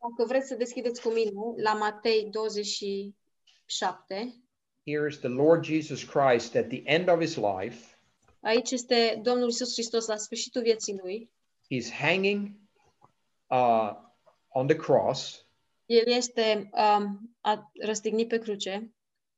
Speaker 2: Dacă vreți să deschideți cu mine la Matei 27,
Speaker 3: here is the Lord Jesus Christ at the end of his life.
Speaker 2: aici este Domnul Isus Hristos la sfârșitul vieții lui.
Speaker 3: He's hanging uh, on the cross.
Speaker 2: El este um, a răstignit pe cruce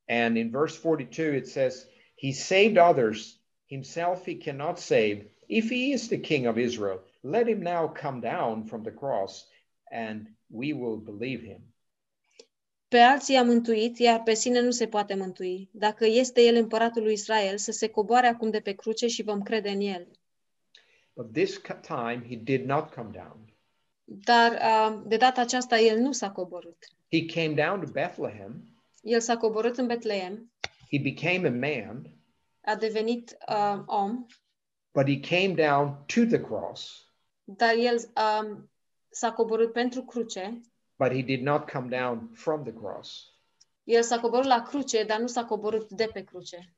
Speaker 3: And in verse 42, it says, He saved others, himself he cannot save. If he is the king of Israel, let him now come down from the cross and we will believe him.
Speaker 2: Pe alții a mântuit, iar pe sine nu se poate mântui. Dacă este el împăratul lui Israel, să se coboare acum de pe cruce și vom crede în el.
Speaker 3: But this ca- time he did not come down.
Speaker 2: Dar uh, de data aceasta el nu s-a coborât.
Speaker 3: He came down to Bethlehem.
Speaker 2: El s-a coborât în Betleem,
Speaker 3: He became a man,
Speaker 2: a devenit uh, om,
Speaker 3: but he came down to the cross,
Speaker 2: dar el uh, s-a coborât pentru cruce.
Speaker 3: but he did not come down from the cross.
Speaker 2: El s-a coborât la cruce, dar nu s-a coborât de pe cruce.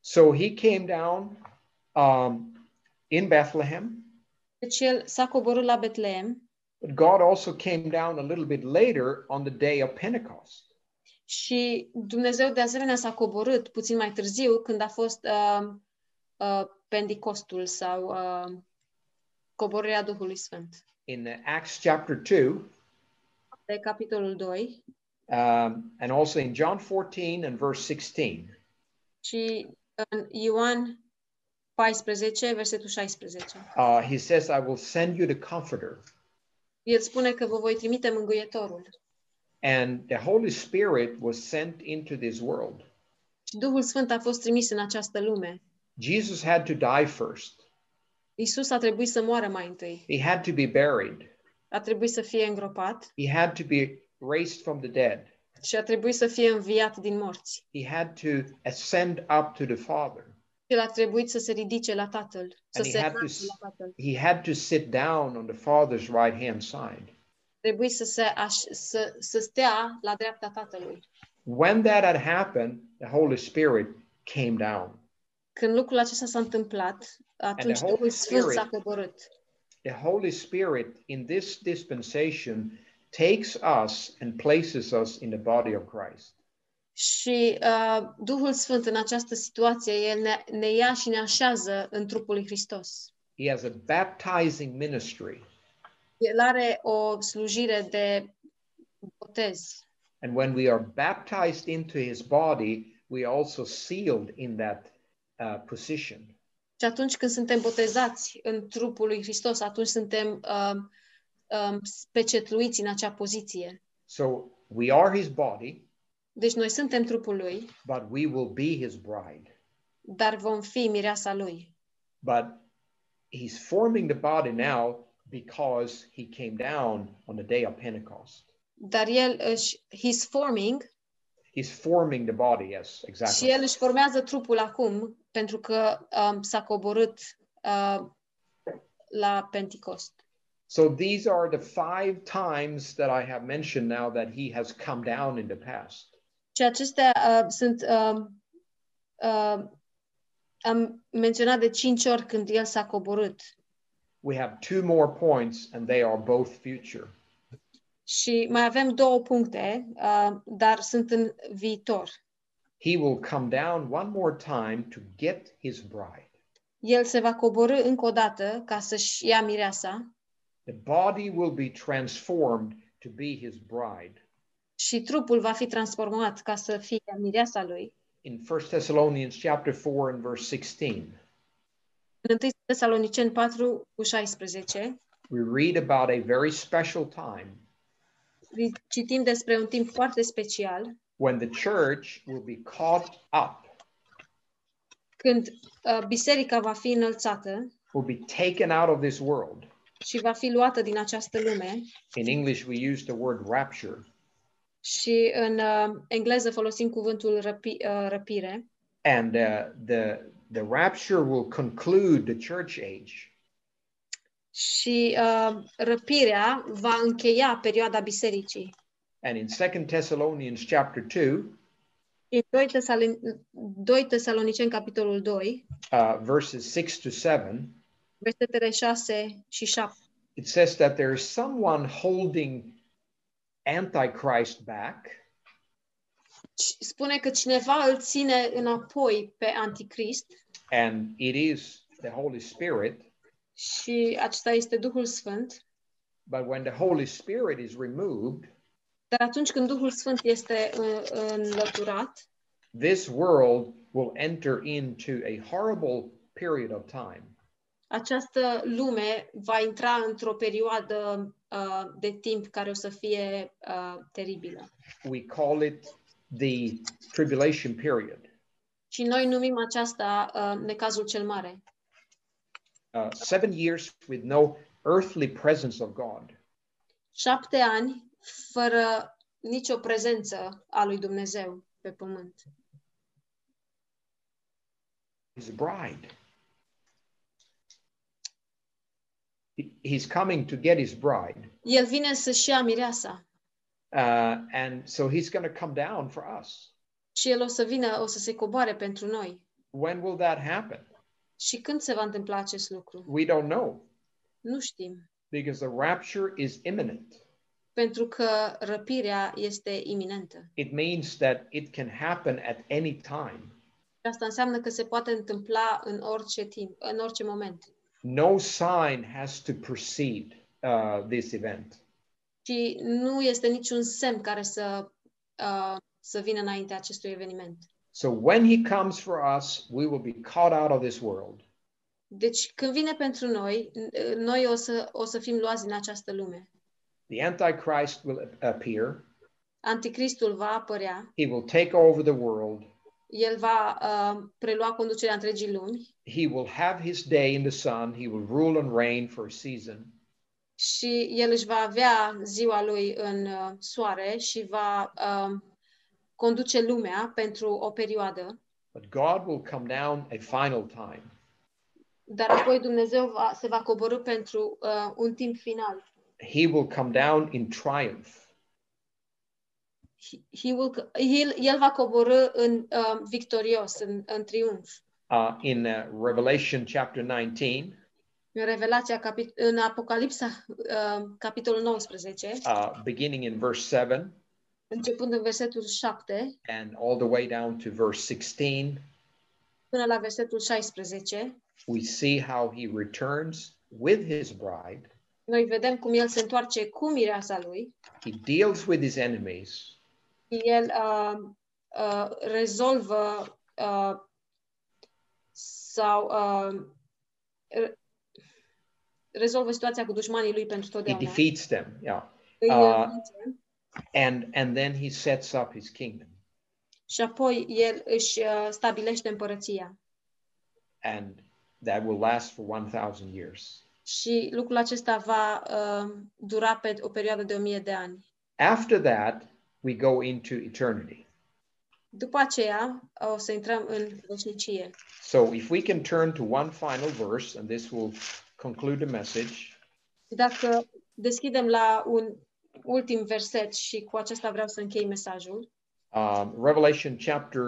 Speaker 3: So he came down um, in Bethlehem,
Speaker 2: Deci el s-a coborât la Betleem
Speaker 3: But God also came down a little bit later on the day of Pentecost.
Speaker 2: și Dumnezeu de asemenea s-a coborât puțin mai târziu când a fost uh, uh, Pentecostul sau uh, coborârea Duhului Sfânt.
Speaker 3: In Acts chapter 2,
Speaker 2: De capitolul 2
Speaker 3: um, and also in John 14 and verse 16,
Speaker 2: și în Ioan 14, versetul 16.
Speaker 3: uh, he says, I will send you the Comforter.
Speaker 2: El spune că vă voi trimite mângâietorul.
Speaker 3: And the Holy Spirit was sent into this world.
Speaker 2: Și Duhul Sfânt a fost trimis în această lume.
Speaker 3: Jesus had to die first,
Speaker 2: Isus a trebuit să moară mai întâi.
Speaker 3: he had to be buried,
Speaker 2: A trebuit să fie îngropat
Speaker 3: he had to be raised from the dead,
Speaker 2: și a trebuit să fie înviat din morți.
Speaker 3: he had to ascend up to the Father,
Speaker 2: El a trebuit să se ridice la Tatăl, să
Speaker 3: And he
Speaker 2: se
Speaker 3: had to
Speaker 2: înalțe
Speaker 3: s-
Speaker 2: la Tatăl.
Speaker 3: he had to sit down on the Father's right hand side.
Speaker 2: Trebuie să, se aș, să, să stea la dreapta Tatălui.
Speaker 3: when that had happened, the Holy Spirit came down.
Speaker 2: Când lucrul acesta s-a întâmplat, atunci
Speaker 3: Holy
Speaker 2: Duhul Sfânt s-a
Speaker 3: Spirit-
Speaker 2: coborât.
Speaker 3: The Holy Spirit in this dispensation takes us and places us in the body of Christ.
Speaker 2: Și uh, Duhul Sfânt în această situație, El ne, ne ia și ne așează în trupul lui Hristos.
Speaker 3: He has a baptizing ministry.
Speaker 2: El are o slujire de botez.
Speaker 3: And when we are baptized into his body, we are also sealed in that uh, position.
Speaker 2: Și atunci când suntem botezați în trupul lui Hristos, atunci suntem um, um, pecetluiți în acea poziție.
Speaker 3: So we are his body,
Speaker 2: Deci noi suntem trupul lui,
Speaker 3: but we will be his bride.
Speaker 2: dar vom fi mireasa lui.
Speaker 3: But he's forming the body now because he came down on the day of Pentecost.
Speaker 2: Dar el își, he's forming
Speaker 3: He's forming the body, yes, exactly.
Speaker 2: și el își formează trupul acum pentru că um, s-a coborât uh, la Pentecost.
Speaker 3: So these are the five times that I have mentioned now that he has come down in the past.
Speaker 2: Și acestea uh, sunt uh, uh, am menționat de cinci ori când el s-a coborât
Speaker 3: We have two more points, and they are both future.
Speaker 2: și mai avem două puncte, uh, dar sunt în viitor.
Speaker 3: He will come down one more time to get his bride.
Speaker 2: El se va coborâ încă o dată ca să-și ia mireasa
Speaker 3: The body will be transformed to be his bride.
Speaker 2: și trupul va fi transformat ca să fie mireasa lui.
Speaker 3: In 1 Thessalonians chapter 4 and verse 16,
Speaker 2: În 1 Tesaloniceni 4 cu 16
Speaker 3: we read about a very special time
Speaker 2: citim despre un timp foarte special
Speaker 3: when the church will be caught up,
Speaker 2: când uh, biserica va fi înălțată
Speaker 3: will be taken out of this world.
Speaker 2: și va fi luată din această lume
Speaker 3: In English, we use the word rapture.
Speaker 2: și în uh, engleză folosim cuvântul răpi, uh, răpire
Speaker 3: And uh, the, the rapture will conclude the church age.
Speaker 2: și uh, răpirea va încheia perioada bisericii.
Speaker 3: And in 2 Thessalonians chapter 2,
Speaker 2: În 2, Tesalon- 2 Tesaloniceni, capitolul 2,
Speaker 3: uh, verses 6 to 7,
Speaker 2: versetele 6 și 7,
Speaker 3: it says that there is someone holding Antichrist back
Speaker 2: ci- spune că cineva îl ține înapoi pe anticrist
Speaker 3: and it is the Holy Spirit.
Speaker 2: și acesta este Duhul Sfânt,
Speaker 3: But when the Holy Spirit is removed,
Speaker 2: dar atunci când Duhul Sfânt este uh, înlăturat,
Speaker 3: this world will enter into a horrible period of time.
Speaker 2: această lume va intra într-o perioadă uh, de timp care o să fie uh, teribilă.
Speaker 3: We call it the tribulation period.
Speaker 2: Și noi numim aceasta uh, necazul cel mare.
Speaker 3: Uh, seven years with no earthly presence of God.
Speaker 2: Șapte ani fără nicio prezență a lui Dumnezeu pe pământ.
Speaker 3: his bride. He- He's coming to get his bride.
Speaker 2: El vine să-și ia mireasa
Speaker 3: Uh, and so he's going to come down for us.
Speaker 2: și el o să vină, o să se coboare pentru noi.
Speaker 3: When will that happen?
Speaker 2: Și când se va întâmpla acest lucru?
Speaker 3: We don't know
Speaker 2: Nu știm,
Speaker 3: because the rapture is imminent.
Speaker 2: pentru că răpirea este iminentă.
Speaker 3: It means that it can happen at any time.
Speaker 2: Și Asta înseamnă că se poate întâmpla în orice timp, în orice moment.
Speaker 3: No sign has to precede uh, this event.
Speaker 2: Și nu este niciun semn care să, uh, să vină înainte acestui eveniment.
Speaker 3: So when he comes for us, we will be caught out of this world.
Speaker 2: Deci când vine pentru noi, n- noi o să, o să fim luați din această lume.
Speaker 3: The Antichrist will ap- appear.
Speaker 2: Anticristul va apărea,
Speaker 3: He will take over the world.
Speaker 2: el va uh, prelua conducerea întregii lumi
Speaker 3: he will have his day in the sun. He will rule and reign for a season.
Speaker 2: și el își va avea ziua lui în uh, soare și va uh, conduce lumea pentru o perioadă,
Speaker 3: But God will come down a final time.
Speaker 2: dar apoi Dumnezeu va, se va coborâ pentru uh, un timp final.
Speaker 3: He will come down in triumph.
Speaker 2: He- He will, he'll, el va coborâ în uh, victorios, în, în triumf.
Speaker 3: Uh, in uh, Revelation chapter 19,
Speaker 2: În Revelația, capi- în Apocalipsa, uh, capitolul 19,
Speaker 3: uh, beginning in verse 7
Speaker 2: începând în versetul 7
Speaker 3: and all the way down to verse 16,
Speaker 2: până la versetul 16,
Speaker 3: we see how he returns with his bride.
Speaker 2: noi vedem cum el se întoarce cu mireasa lui,
Speaker 3: He deals with his enemies.
Speaker 2: el uh, uh, rezolvă uh, sau uh, re- rezolvă situația cu dușmanii lui pentru
Speaker 3: He
Speaker 2: totdeauna.
Speaker 3: defeats them. Yeah.
Speaker 2: Îi
Speaker 3: uh,
Speaker 2: învinge
Speaker 3: And, and then he sets up his kingdom.
Speaker 2: și apoi el își uh, stabilește împărăția.
Speaker 3: And that will last for 1,000 years.
Speaker 2: Și lucrul acesta va uh, dura pe o perioadă de o mie de ani.
Speaker 3: After that, we go into eternity.
Speaker 2: După aceea o să intrăm în veșnicie.
Speaker 3: So if we can turn to one final verse, and this will conclude the message,
Speaker 2: Și dacă deschidem la un ultim verset și cu acesta vreau să închei mesajul,
Speaker 3: um, Revelation chapter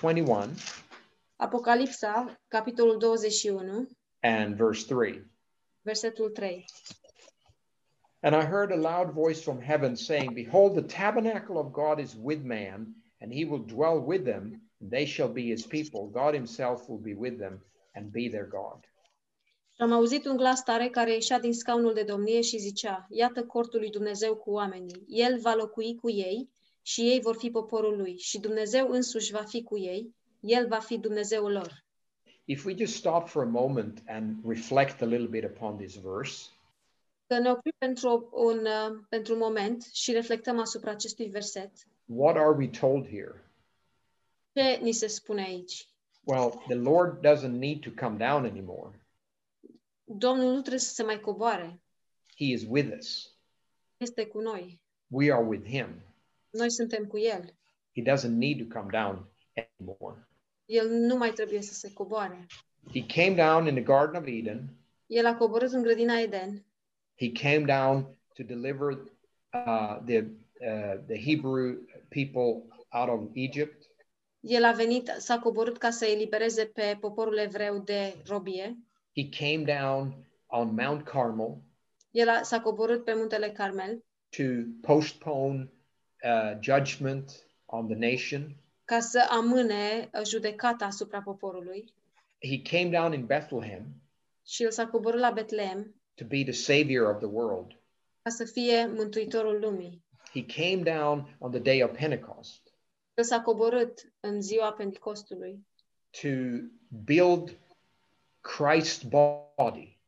Speaker 3: 21
Speaker 2: Apocalipsa, capitolul 21,
Speaker 3: and verse 3.
Speaker 2: versetul 3.
Speaker 3: And I heard a loud voice from heaven saying, Behold, the tabernacle of God is with man, and he will dwell with them, and they shall be his people. God himself will be with them and be their God.
Speaker 2: Și am auzit un glas tare care ieșea din scaunul de domnie și zicea, Iată cortul lui Dumnezeu cu oamenii, El va locui cu ei și ei vor fi poporul lui și Dumnezeu însuși va fi cu ei, El va fi Dumnezeul lor.
Speaker 3: If we just stop for a moment and reflect a little bit upon this verse,
Speaker 2: Să ne oprim pentru un, uh, pentru un moment și reflectăm asupra acestui verset.
Speaker 3: what are we told here?
Speaker 2: Ce ni se spune aici?
Speaker 3: Well, the Lord doesn't need to come down anymore.
Speaker 2: Domnul nu trebuie să se mai coboare,
Speaker 3: He is with us.
Speaker 2: este cu noi,
Speaker 3: We are with him.
Speaker 2: noi suntem cu El.
Speaker 3: He doesn't need to come down anymore.
Speaker 2: El nu mai trebuie să se coboare.
Speaker 3: He came down in the Garden of Eden.
Speaker 2: El a coborât în grădina Eden
Speaker 3: He came down to deliver uh, the uh, the Hebrew people out of Egypt.
Speaker 2: El a venit, s-a coborât ca să elibereze pe poporul evreu de robie.
Speaker 3: He came down on Mount Carmel
Speaker 2: El a, s-a coborât pe muntele Carmel
Speaker 3: to postpone uh, judgment on the nation.
Speaker 2: ca să amâne uh, judecata asupra poporului
Speaker 3: He came down in Bethlehem
Speaker 2: și el s-a coborât la Betlehem
Speaker 3: to be the savior of the world.
Speaker 2: ca să fie mântuitorul lumii.
Speaker 3: He came down on the day of Pentecost
Speaker 2: El s-a coborât în ziua Pentecostului
Speaker 3: to build Christ's body,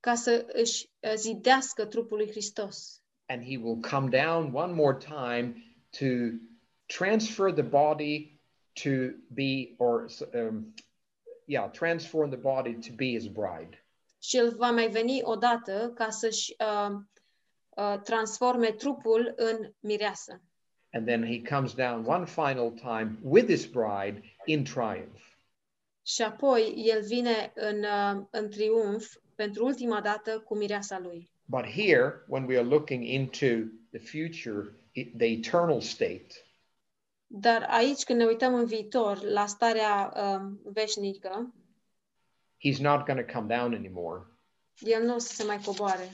Speaker 2: ca să își uh, zidească trupul lui Hristos.
Speaker 3: and he will come down one more time to transfer the body to be, or um, yeah, transform the body to be his bride.
Speaker 2: Și el va mai veni odată ca să-și uh, uh, transforme trupul în mireasă.
Speaker 3: And then he comes down one final time with his bride in triumph.
Speaker 2: Și apoi el vine în, uh, în triumf pentru ultima dată cu mireasa lui.
Speaker 3: But here, when we are looking into the future, i- the eternal state,
Speaker 2: Dar aici, când ne uităm în viitor la starea uh, veșnică,
Speaker 3: he's not going to come down anymore
Speaker 2: el nu o să se mai coboare,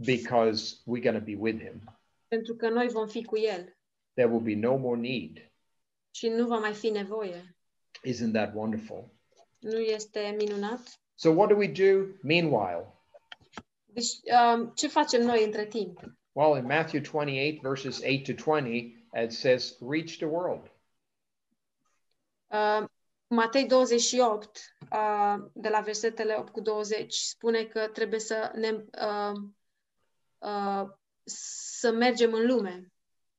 Speaker 3: because we're going to be with him.
Speaker 2: pentru că noi vom fi cu el
Speaker 3: There will be no more need.
Speaker 2: și nu va mai fi nevoie.
Speaker 3: Isn't that wonderful?
Speaker 2: Nu este minunat?
Speaker 3: So, what do we do meanwhile?
Speaker 2: Deci, uh, ce facem noi între timp?
Speaker 3: Well, in Matthew 28, verses 8 to 20, it says, Reach the world.
Speaker 2: Uh, Matei 28, uh, de la versetele 8 cu 20, spune că trebuie să ne uh, uh, să mergem în lume.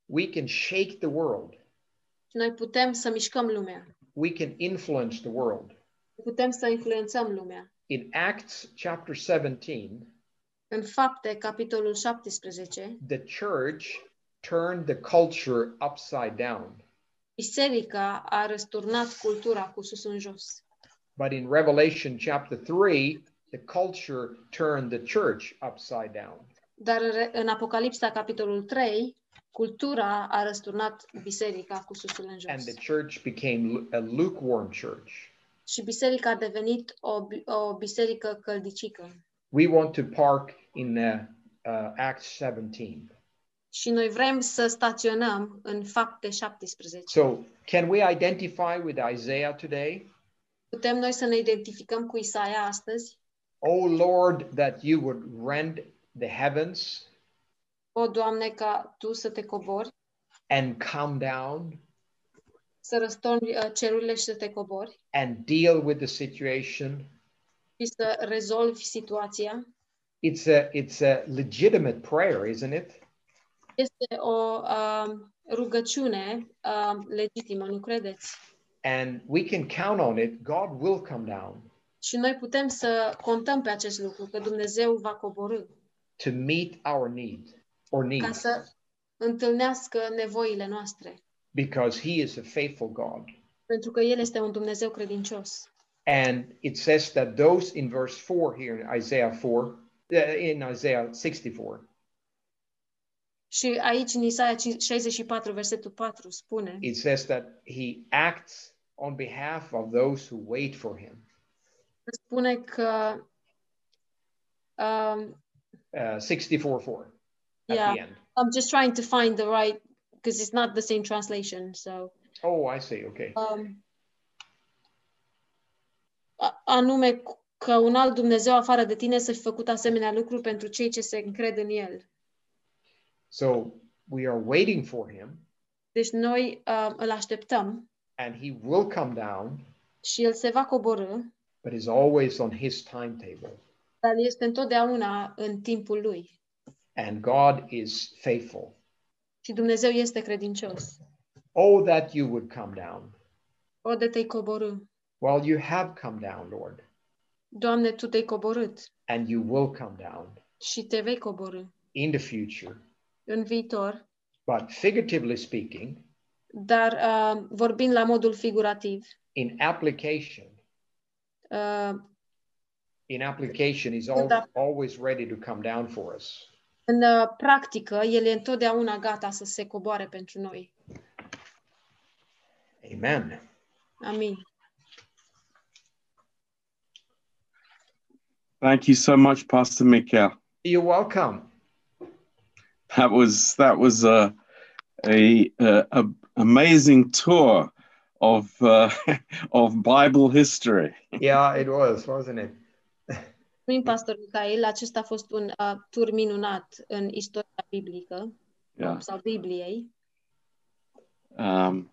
Speaker 3: We can shake the world,
Speaker 2: Noi putem să mișcăm lumea,
Speaker 3: we can influence the world.
Speaker 2: putem să influențăm lumea.
Speaker 3: In Acts chapter 17,
Speaker 2: În fapte, capitolul 17,
Speaker 3: the church turned the culture upside down.
Speaker 2: biserica a răsturnat cultura cu sus în jos.
Speaker 3: But in Revelation chapter 3, the culture turned the church upside down.
Speaker 2: Dar în Re- în Apocalipsa, capitolul 3, cultura a răsturnat biserica cu susul în
Speaker 3: And
Speaker 2: jos.
Speaker 3: the church became lu- a lukewarm church.
Speaker 2: Și biserica a devenit o, bi- o biserică căldicică.
Speaker 3: We want to park in uh, uh, Acts 17.
Speaker 2: Și noi vrem să staționăm în fapte 17.
Speaker 3: So, can we identify with Isaiah today?
Speaker 2: Putem noi să ne identificăm cu Isaia astăzi?
Speaker 3: O Lord, that you would rend the heavens
Speaker 2: O, Doamne, ca Tu să te cobori,
Speaker 3: and come down
Speaker 2: să răstorni uh, cerurile și să te cobori
Speaker 3: and deal with the situation.
Speaker 2: și să rezolvi situația.
Speaker 3: It's a it's a legitimate prayer, isn't it?
Speaker 2: Este o uh, rugăciune uh, legitimă, nu credeți?
Speaker 3: And we can count on it. God will come down
Speaker 2: Și noi putem să contăm pe acest lucru, că Dumnezeu va coborâ
Speaker 3: to meet our need or
Speaker 2: ca
Speaker 3: needs.
Speaker 2: să întâlnească nevoile noastre,
Speaker 3: because he is a faithful God.
Speaker 2: pentru că El este un Dumnezeu credincios.
Speaker 3: And it says that those in verse 4 here in Isaiah 4, uh, in Isaiah 64,
Speaker 2: Și aici, în Isaia 5- 64, versetul 4, spune
Speaker 3: it says that he acts on behalf of those who wait for him.
Speaker 2: spune că um,
Speaker 3: Uh, 64 4 at
Speaker 2: yeah,
Speaker 3: the end.
Speaker 2: I'm just trying to find the right because it's not the same translation. So
Speaker 3: Oh, I see. Okay.
Speaker 2: um, a- anume că un alt Dumnezeu afară de tine să-și făcut asemenea lucruri pentru cei ce se încred în El.
Speaker 3: So we are waiting for him
Speaker 2: Deci noi um, îl așteptăm
Speaker 3: and he will come down,
Speaker 2: și El se va coborâ,
Speaker 3: but is always on his timetable.
Speaker 2: dar este întotdeauna în timpul Lui.
Speaker 3: And God is faithful.
Speaker 2: Și Dumnezeu este credincios.
Speaker 3: Oh, that you would come down.
Speaker 2: O, de te-ai coborâ.
Speaker 3: Well, you have come down, Lord,
Speaker 2: Doamne, Tu te-ai coborât
Speaker 3: and you will come down
Speaker 2: și te vei coborâ
Speaker 3: in the future.
Speaker 2: în viitor.
Speaker 3: But figuratively speaking,
Speaker 2: Dar uh, vorbind la modul figurativ,
Speaker 3: in application,
Speaker 2: uh,
Speaker 3: in application, he's al-
Speaker 2: Da.
Speaker 3: always ready to come down for us.
Speaker 2: în uh, practică, el e întotdeauna gata să se coboare pentru noi.
Speaker 3: Amen.
Speaker 2: Amin.
Speaker 1: Thank you so much, Pastor Mikel.
Speaker 3: You're welcome.
Speaker 1: That was that was a a, a, a amazing tour of uh, of Bible history.
Speaker 3: Yeah, it was, wasn't it?
Speaker 2: Prin pastor Michael, acesta a fost un uh, tur minunat în istoria biblică
Speaker 1: Yeah.
Speaker 2: sau Bibliei
Speaker 1: Um,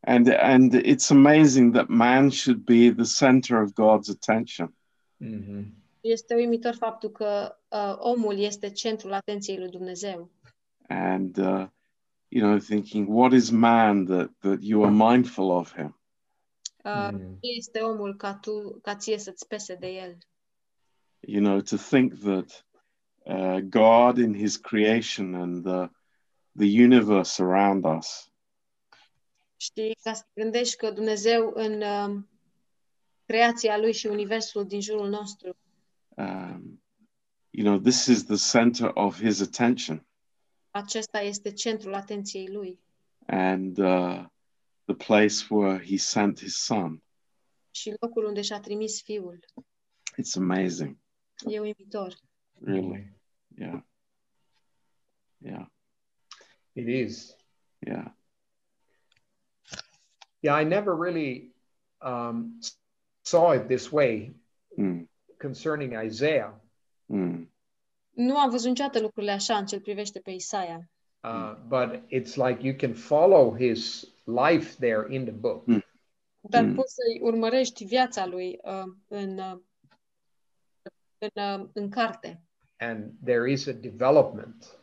Speaker 1: and and it's amazing that man should be the center of God's attention.
Speaker 3: hmm
Speaker 2: și este uimitor faptul că uh, omul este centrul atenției lui Dumnezeu.
Speaker 1: And uh, you know, thinking, what is man that that you are mindful of him?
Speaker 2: Uh,
Speaker 3: Mm. mm-hmm.
Speaker 2: ce Este omul ca tu, ca ție să-ți pese de el.
Speaker 1: You know, to think that uh, God in His creation and the the universe around us
Speaker 2: Știi, ca să te gândești că Dumnezeu în uh, creația lui și universul din jurul nostru
Speaker 1: um, you know, this is the center of his attention.
Speaker 2: acesta este centrul atenției lui
Speaker 1: And uh, the place where he sent his son.
Speaker 2: și locul unde și-a trimis fiul.
Speaker 1: It's amazing,
Speaker 2: E uimitor.
Speaker 1: really. Yeah. Yeah.
Speaker 3: It is.
Speaker 1: Yeah.
Speaker 3: Yeah, I never really um, s- saw it this way
Speaker 1: Mm,
Speaker 3: concerning Isaiah.
Speaker 1: mm,
Speaker 2: Nu am văzut niciodată lucrurile așa în ce privește pe Isaia,
Speaker 3: Uh, but it's like you can follow his life there in the book.
Speaker 1: Mm.
Speaker 2: dar
Speaker 1: Mm.
Speaker 2: poți să-i urmărești viața lui uh, în, uh, în, uh, în carte.
Speaker 3: And there is a development,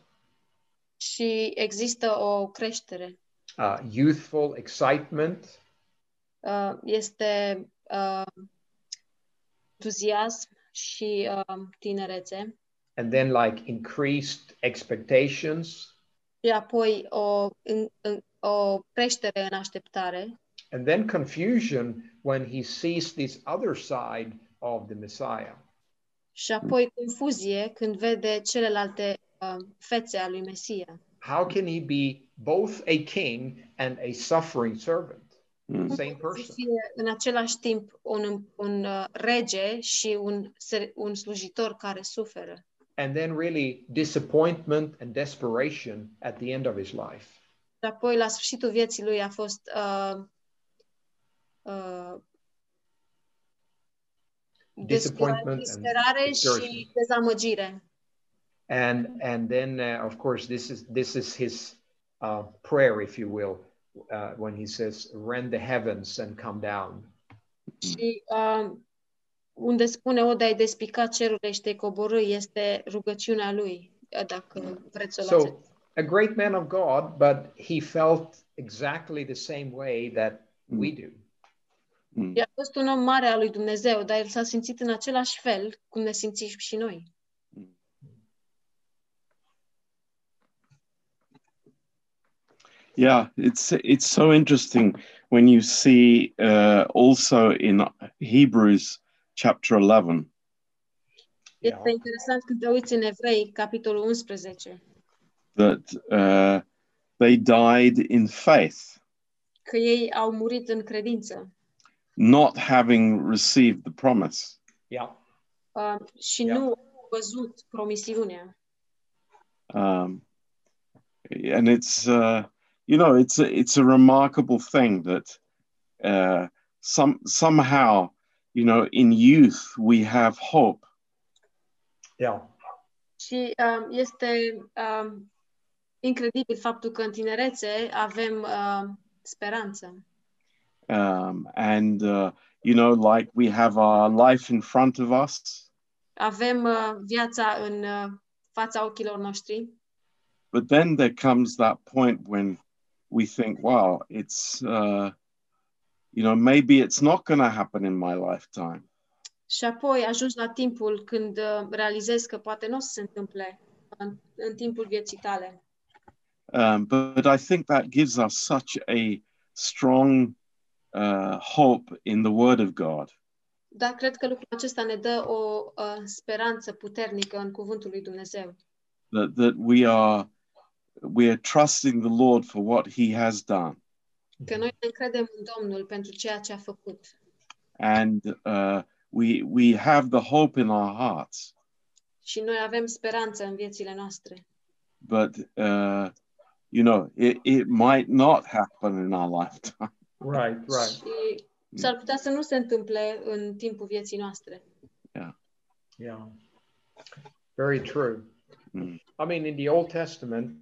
Speaker 2: Și există o creștere.
Speaker 3: uh, youthful excitement,
Speaker 2: Uh, este uh, entuziasm și uh, tinerețe.
Speaker 3: and then like increased expectations,
Speaker 2: Și apoi o, în, în, o creștere în așteptare.
Speaker 3: and then confusion when he sees this other side of the Messiah.
Speaker 2: Și apoi confuzie când vede celelalte uh, fețe a lui Mesia.
Speaker 3: How can he be both a king and a suffering servant?
Speaker 1: mm.
Speaker 3: Same person.
Speaker 2: Să fie în același timp un, un uh, rege și un, ser- un slujitor care suferă.
Speaker 3: and then really disappointment and desperation at the end of his life.
Speaker 2: Și apoi, la sfârșitul vieții lui, a fost uh, uh,
Speaker 3: Disappointment and
Speaker 2: disperare și
Speaker 3: discouragement.
Speaker 2: dezamăgire.
Speaker 3: And and then uh, of course this is this is his uh, prayer, if you will, uh, when he says, "Rend the heavens and come down."
Speaker 2: Și uh, unde spune, o, dai despica cerurile și te coborâ, este rugăciunea lui, uh, dacă vreți să o luați.
Speaker 3: So a great man of God, but he felt exactly the same way that we do.
Speaker 1: mm.
Speaker 2: El a fost un om mare al lui Dumnezeu, dar el s-a simțit în același fel cum ne simțim și noi.
Speaker 1: Yeah, it's it's so interesting when you see uh, also in Hebrews chapter 11.
Speaker 2: Este
Speaker 3: Yeah.
Speaker 2: interesant când te uiți în Evrei, capitolul 11,
Speaker 1: that uh, they died in faith,
Speaker 2: că ei au murit în credință
Speaker 1: not having received the promise.
Speaker 3: Yeah.
Speaker 2: uh, și
Speaker 3: Ia.
Speaker 2: nu au văzut promisiunea.
Speaker 1: Um, and it's uh, you know it's a, it's a remarkable thing that uh, some somehow you know in youth we have hope.
Speaker 3: Yeah.
Speaker 2: Și uh, este uh, incredibil faptul că în tinerețe avem uh, speranță.
Speaker 1: Um, and uh, you know, like we have our life in front of us,
Speaker 2: Avem uh, viața în uh, fața ochilor noștri,
Speaker 1: but then there comes that point when we think, wow, it's, uh, you know, maybe it's not going to happen in my lifetime.
Speaker 2: Și apoi ajungi la timpul când uh, realizezi că poate nu o să se întâmple în, în timpul vieții tale.
Speaker 1: Um, but, but I think that gives us such a strong uh, hope in the Word of God
Speaker 2: Dar cred că lucrul acesta ne dă o uh, speranță puternică în cuvântul lui Dumnezeu.
Speaker 1: that, that we are we are trusting the Lord for what He has done.
Speaker 2: Că noi ne încredem în Domnul pentru ceea ce a făcut
Speaker 1: and uh, we we have the hope in our hearts,
Speaker 2: și noi avem speranță în viețile noastre.
Speaker 1: but uh, you know it, it might not happen in our lifetime.
Speaker 3: Right. Right.
Speaker 2: Și s-ar putea să nu se întâmple în timpul vieții noastre.
Speaker 3: Yeah. Very true.
Speaker 1: Mm.
Speaker 3: I mean, in the Old Testament,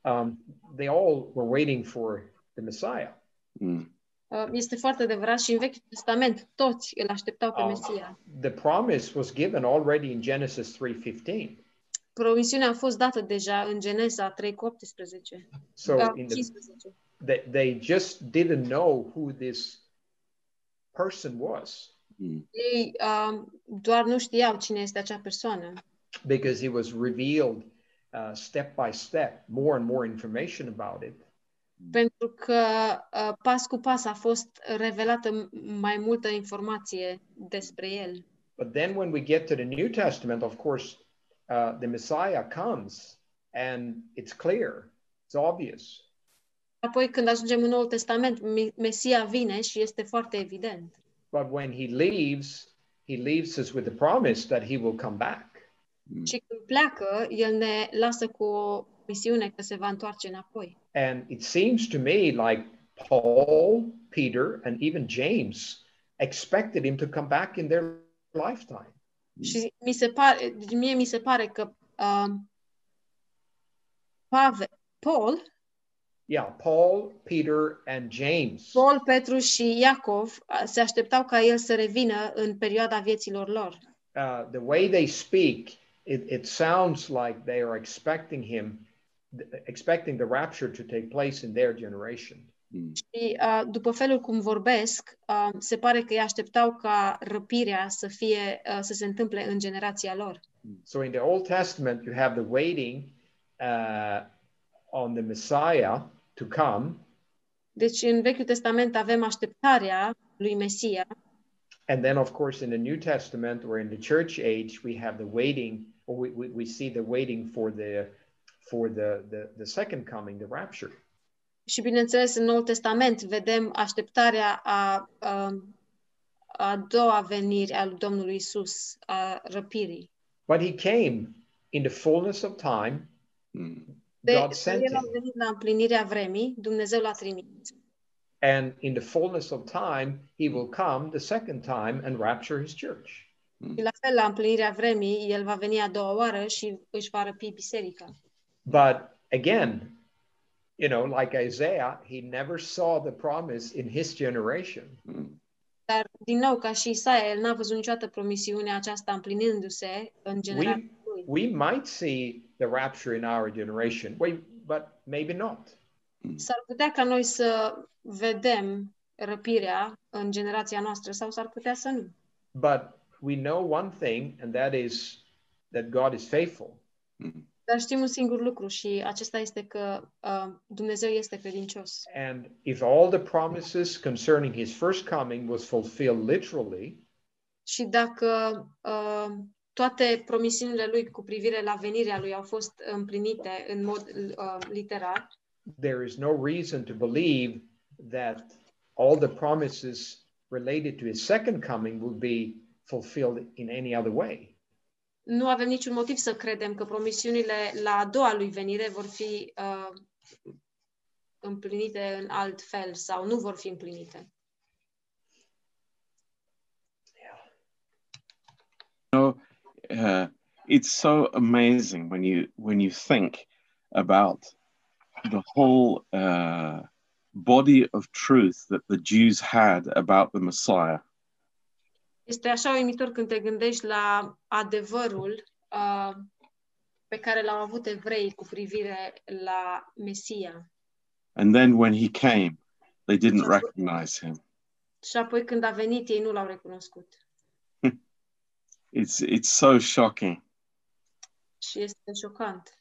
Speaker 3: um, they all were waiting for the Messiah.
Speaker 1: Mm.
Speaker 2: Uh, Este foarte adevărat și în Vechiul Testament toți îl așteptau pe
Speaker 3: Am.
Speaker 2: Mesia.
Speaker 3: The promise was given already in Genesis 3:15.
Speaker 2: Promisiunea a fost dată deja în Geneza 3 cu 18.
Speaker 3: So
Speaker 2: Da,
Speaker 3: in the
Speaker 2: 15.
Speaker 3: they, they just didn't know who this person was
Speaker 1: Mm.
Speaker 2: Ei um, doar nu știau cine este acea persoană,
Speaker 3: because it was revealed uh, step by step more and more information about it
Speaker 2: pentru că uh, pas cu pas a fost revelată m- mai multă informație despre el.
Speaker 3: but then when we get to the new testament of course uh, the messiah comes and it's clear it's obvious
Speaker 2: Apoi când ajungem în Noul Testament, Mi- Mesia vine și este foarte evident.
Speaker 3: but when he leaves he leaves us with the promise that he will come back
Speaker 1: Mm.
Speaker 2: Și când pleacă, el ne lasă cu o misiune că se va întoarce înapoi.
Speaker 3: and it seems to me like paul peter and even james expected him to come back in their lifetime
Speaker 2: Și mi se pare, deci mie mi se pare că uh, Pavel, Paul
Speaker 3: Yeah, Paul, Peter, and James.
Speaker 2: Paul, Petru și Iacov a, se așteptau ca el să revină în perioada vieților lor.
Speaker 3: Uh, the way they speak, it, it sounds like they are expecting him, th- expecting the rapture to take place in their generation.
Speaker 1: Mm.
Speaker 2: Și uh, după felul cum vorbesc, uh, se pare că ei așteptau ca răpirea să fie uh, să se întâmple în generația lor.
Speaker 3: So in the Old Testament, you have the waiting uh, on the Messiah to come,
Speaker 2: Deci în Vechiul Testament avem așteptarea lui Mesia
Speaker 3: and then of course in the New Testament or in the Church age, we have the waiting, or we, we, we see the waiting for the for the, the the second coming, the rapture.
Speaker 2: și bineînțeles în Noul Testament vedem așteptarea a, a, a doua venire a lui Domnului Isus, a răpirii.
Speaker 3: But he came in the fullness of time
Speaker 1: Mm.
Speaker 2: De,
Speaker 3: God sent
Speaker 2: Deci, el a
Speaker 3: him.
Speaker 2: venit la împlinirea vremii, Dumnezeu l-a trimis.
Speaker 3: And in the fullness of time, he will come the second time and rapture his church.
Speaker 2: Și la fel, la împlinirea vremii, el va veni a doua oară și își va răpi biserica.
Speaker 3: But again, you know, like Isaiah, he never saw the promise in his generation.
Speaker 1: Mm.
Speaker 2: Dar, din nou, ca și Isaia, el n-a văzut niciodată promisiunea aceasta împlinindu-se în generația
Speaker 3: We,
Speaker 2: lui.
Speaker 3: we might see the rapture in our generation, we, but maybe not.
Speaker 2: S-ar putea ca noi să vedem răpirea în generația noastră sau s-ar putea să nu.
Speaker 3: But we know one thing, and that is that God is faithful.
Speaker 1: Mm.
Speaker 2: Dar știm un singur lucru și acesta este că uh, Dumnezeu este credincios.
Speaker 3: And if all the promises concerning his first coming was fulfilled literally,
Speaker 2: Și dacă uh, toate promisiunile lui cu privire la venirea lui au fost împlinite în mod uh, literal,
Speaker 3: there is no reason to believe that all the promises related to his second coming will be fulfilled in any other way.
Speaker 2: nu avem niciun motiv să credem că promisiunile la a doua lui venire vor fi uh, împlinite în alt fel sau nu vor fi împlinite.
Speaker 1: uh, it's so amazing when you when you think about the whole uh, body of truth that the Jews had about the Messiah.
Speaker 2: Este așa uimitor când te gândești la adevărul uh, pe care l-au avut evreii cu privire la Mesia.
Speaker 1: And then when he came, they didn't recognize him.
Speaker 2: Și apoi când a venit, ei nu l-au recunoscut.
Speaker 1: It's it's so shocking.
Speaker 2: Și este șocant.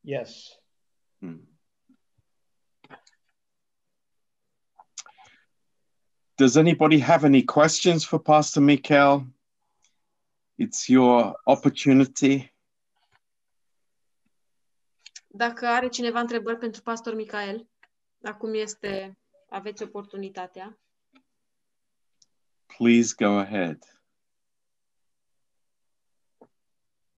Speaker 3: Yes.
Speaker 1: Hmm. Does anybody have any questions for Pastor Mikhail? It's your opportunity.
Speaker 2: Dacă are cineva întrebări pentru pastor Micael, acum este, aveți oportunitatea.
Speaker 1: Please go ahead.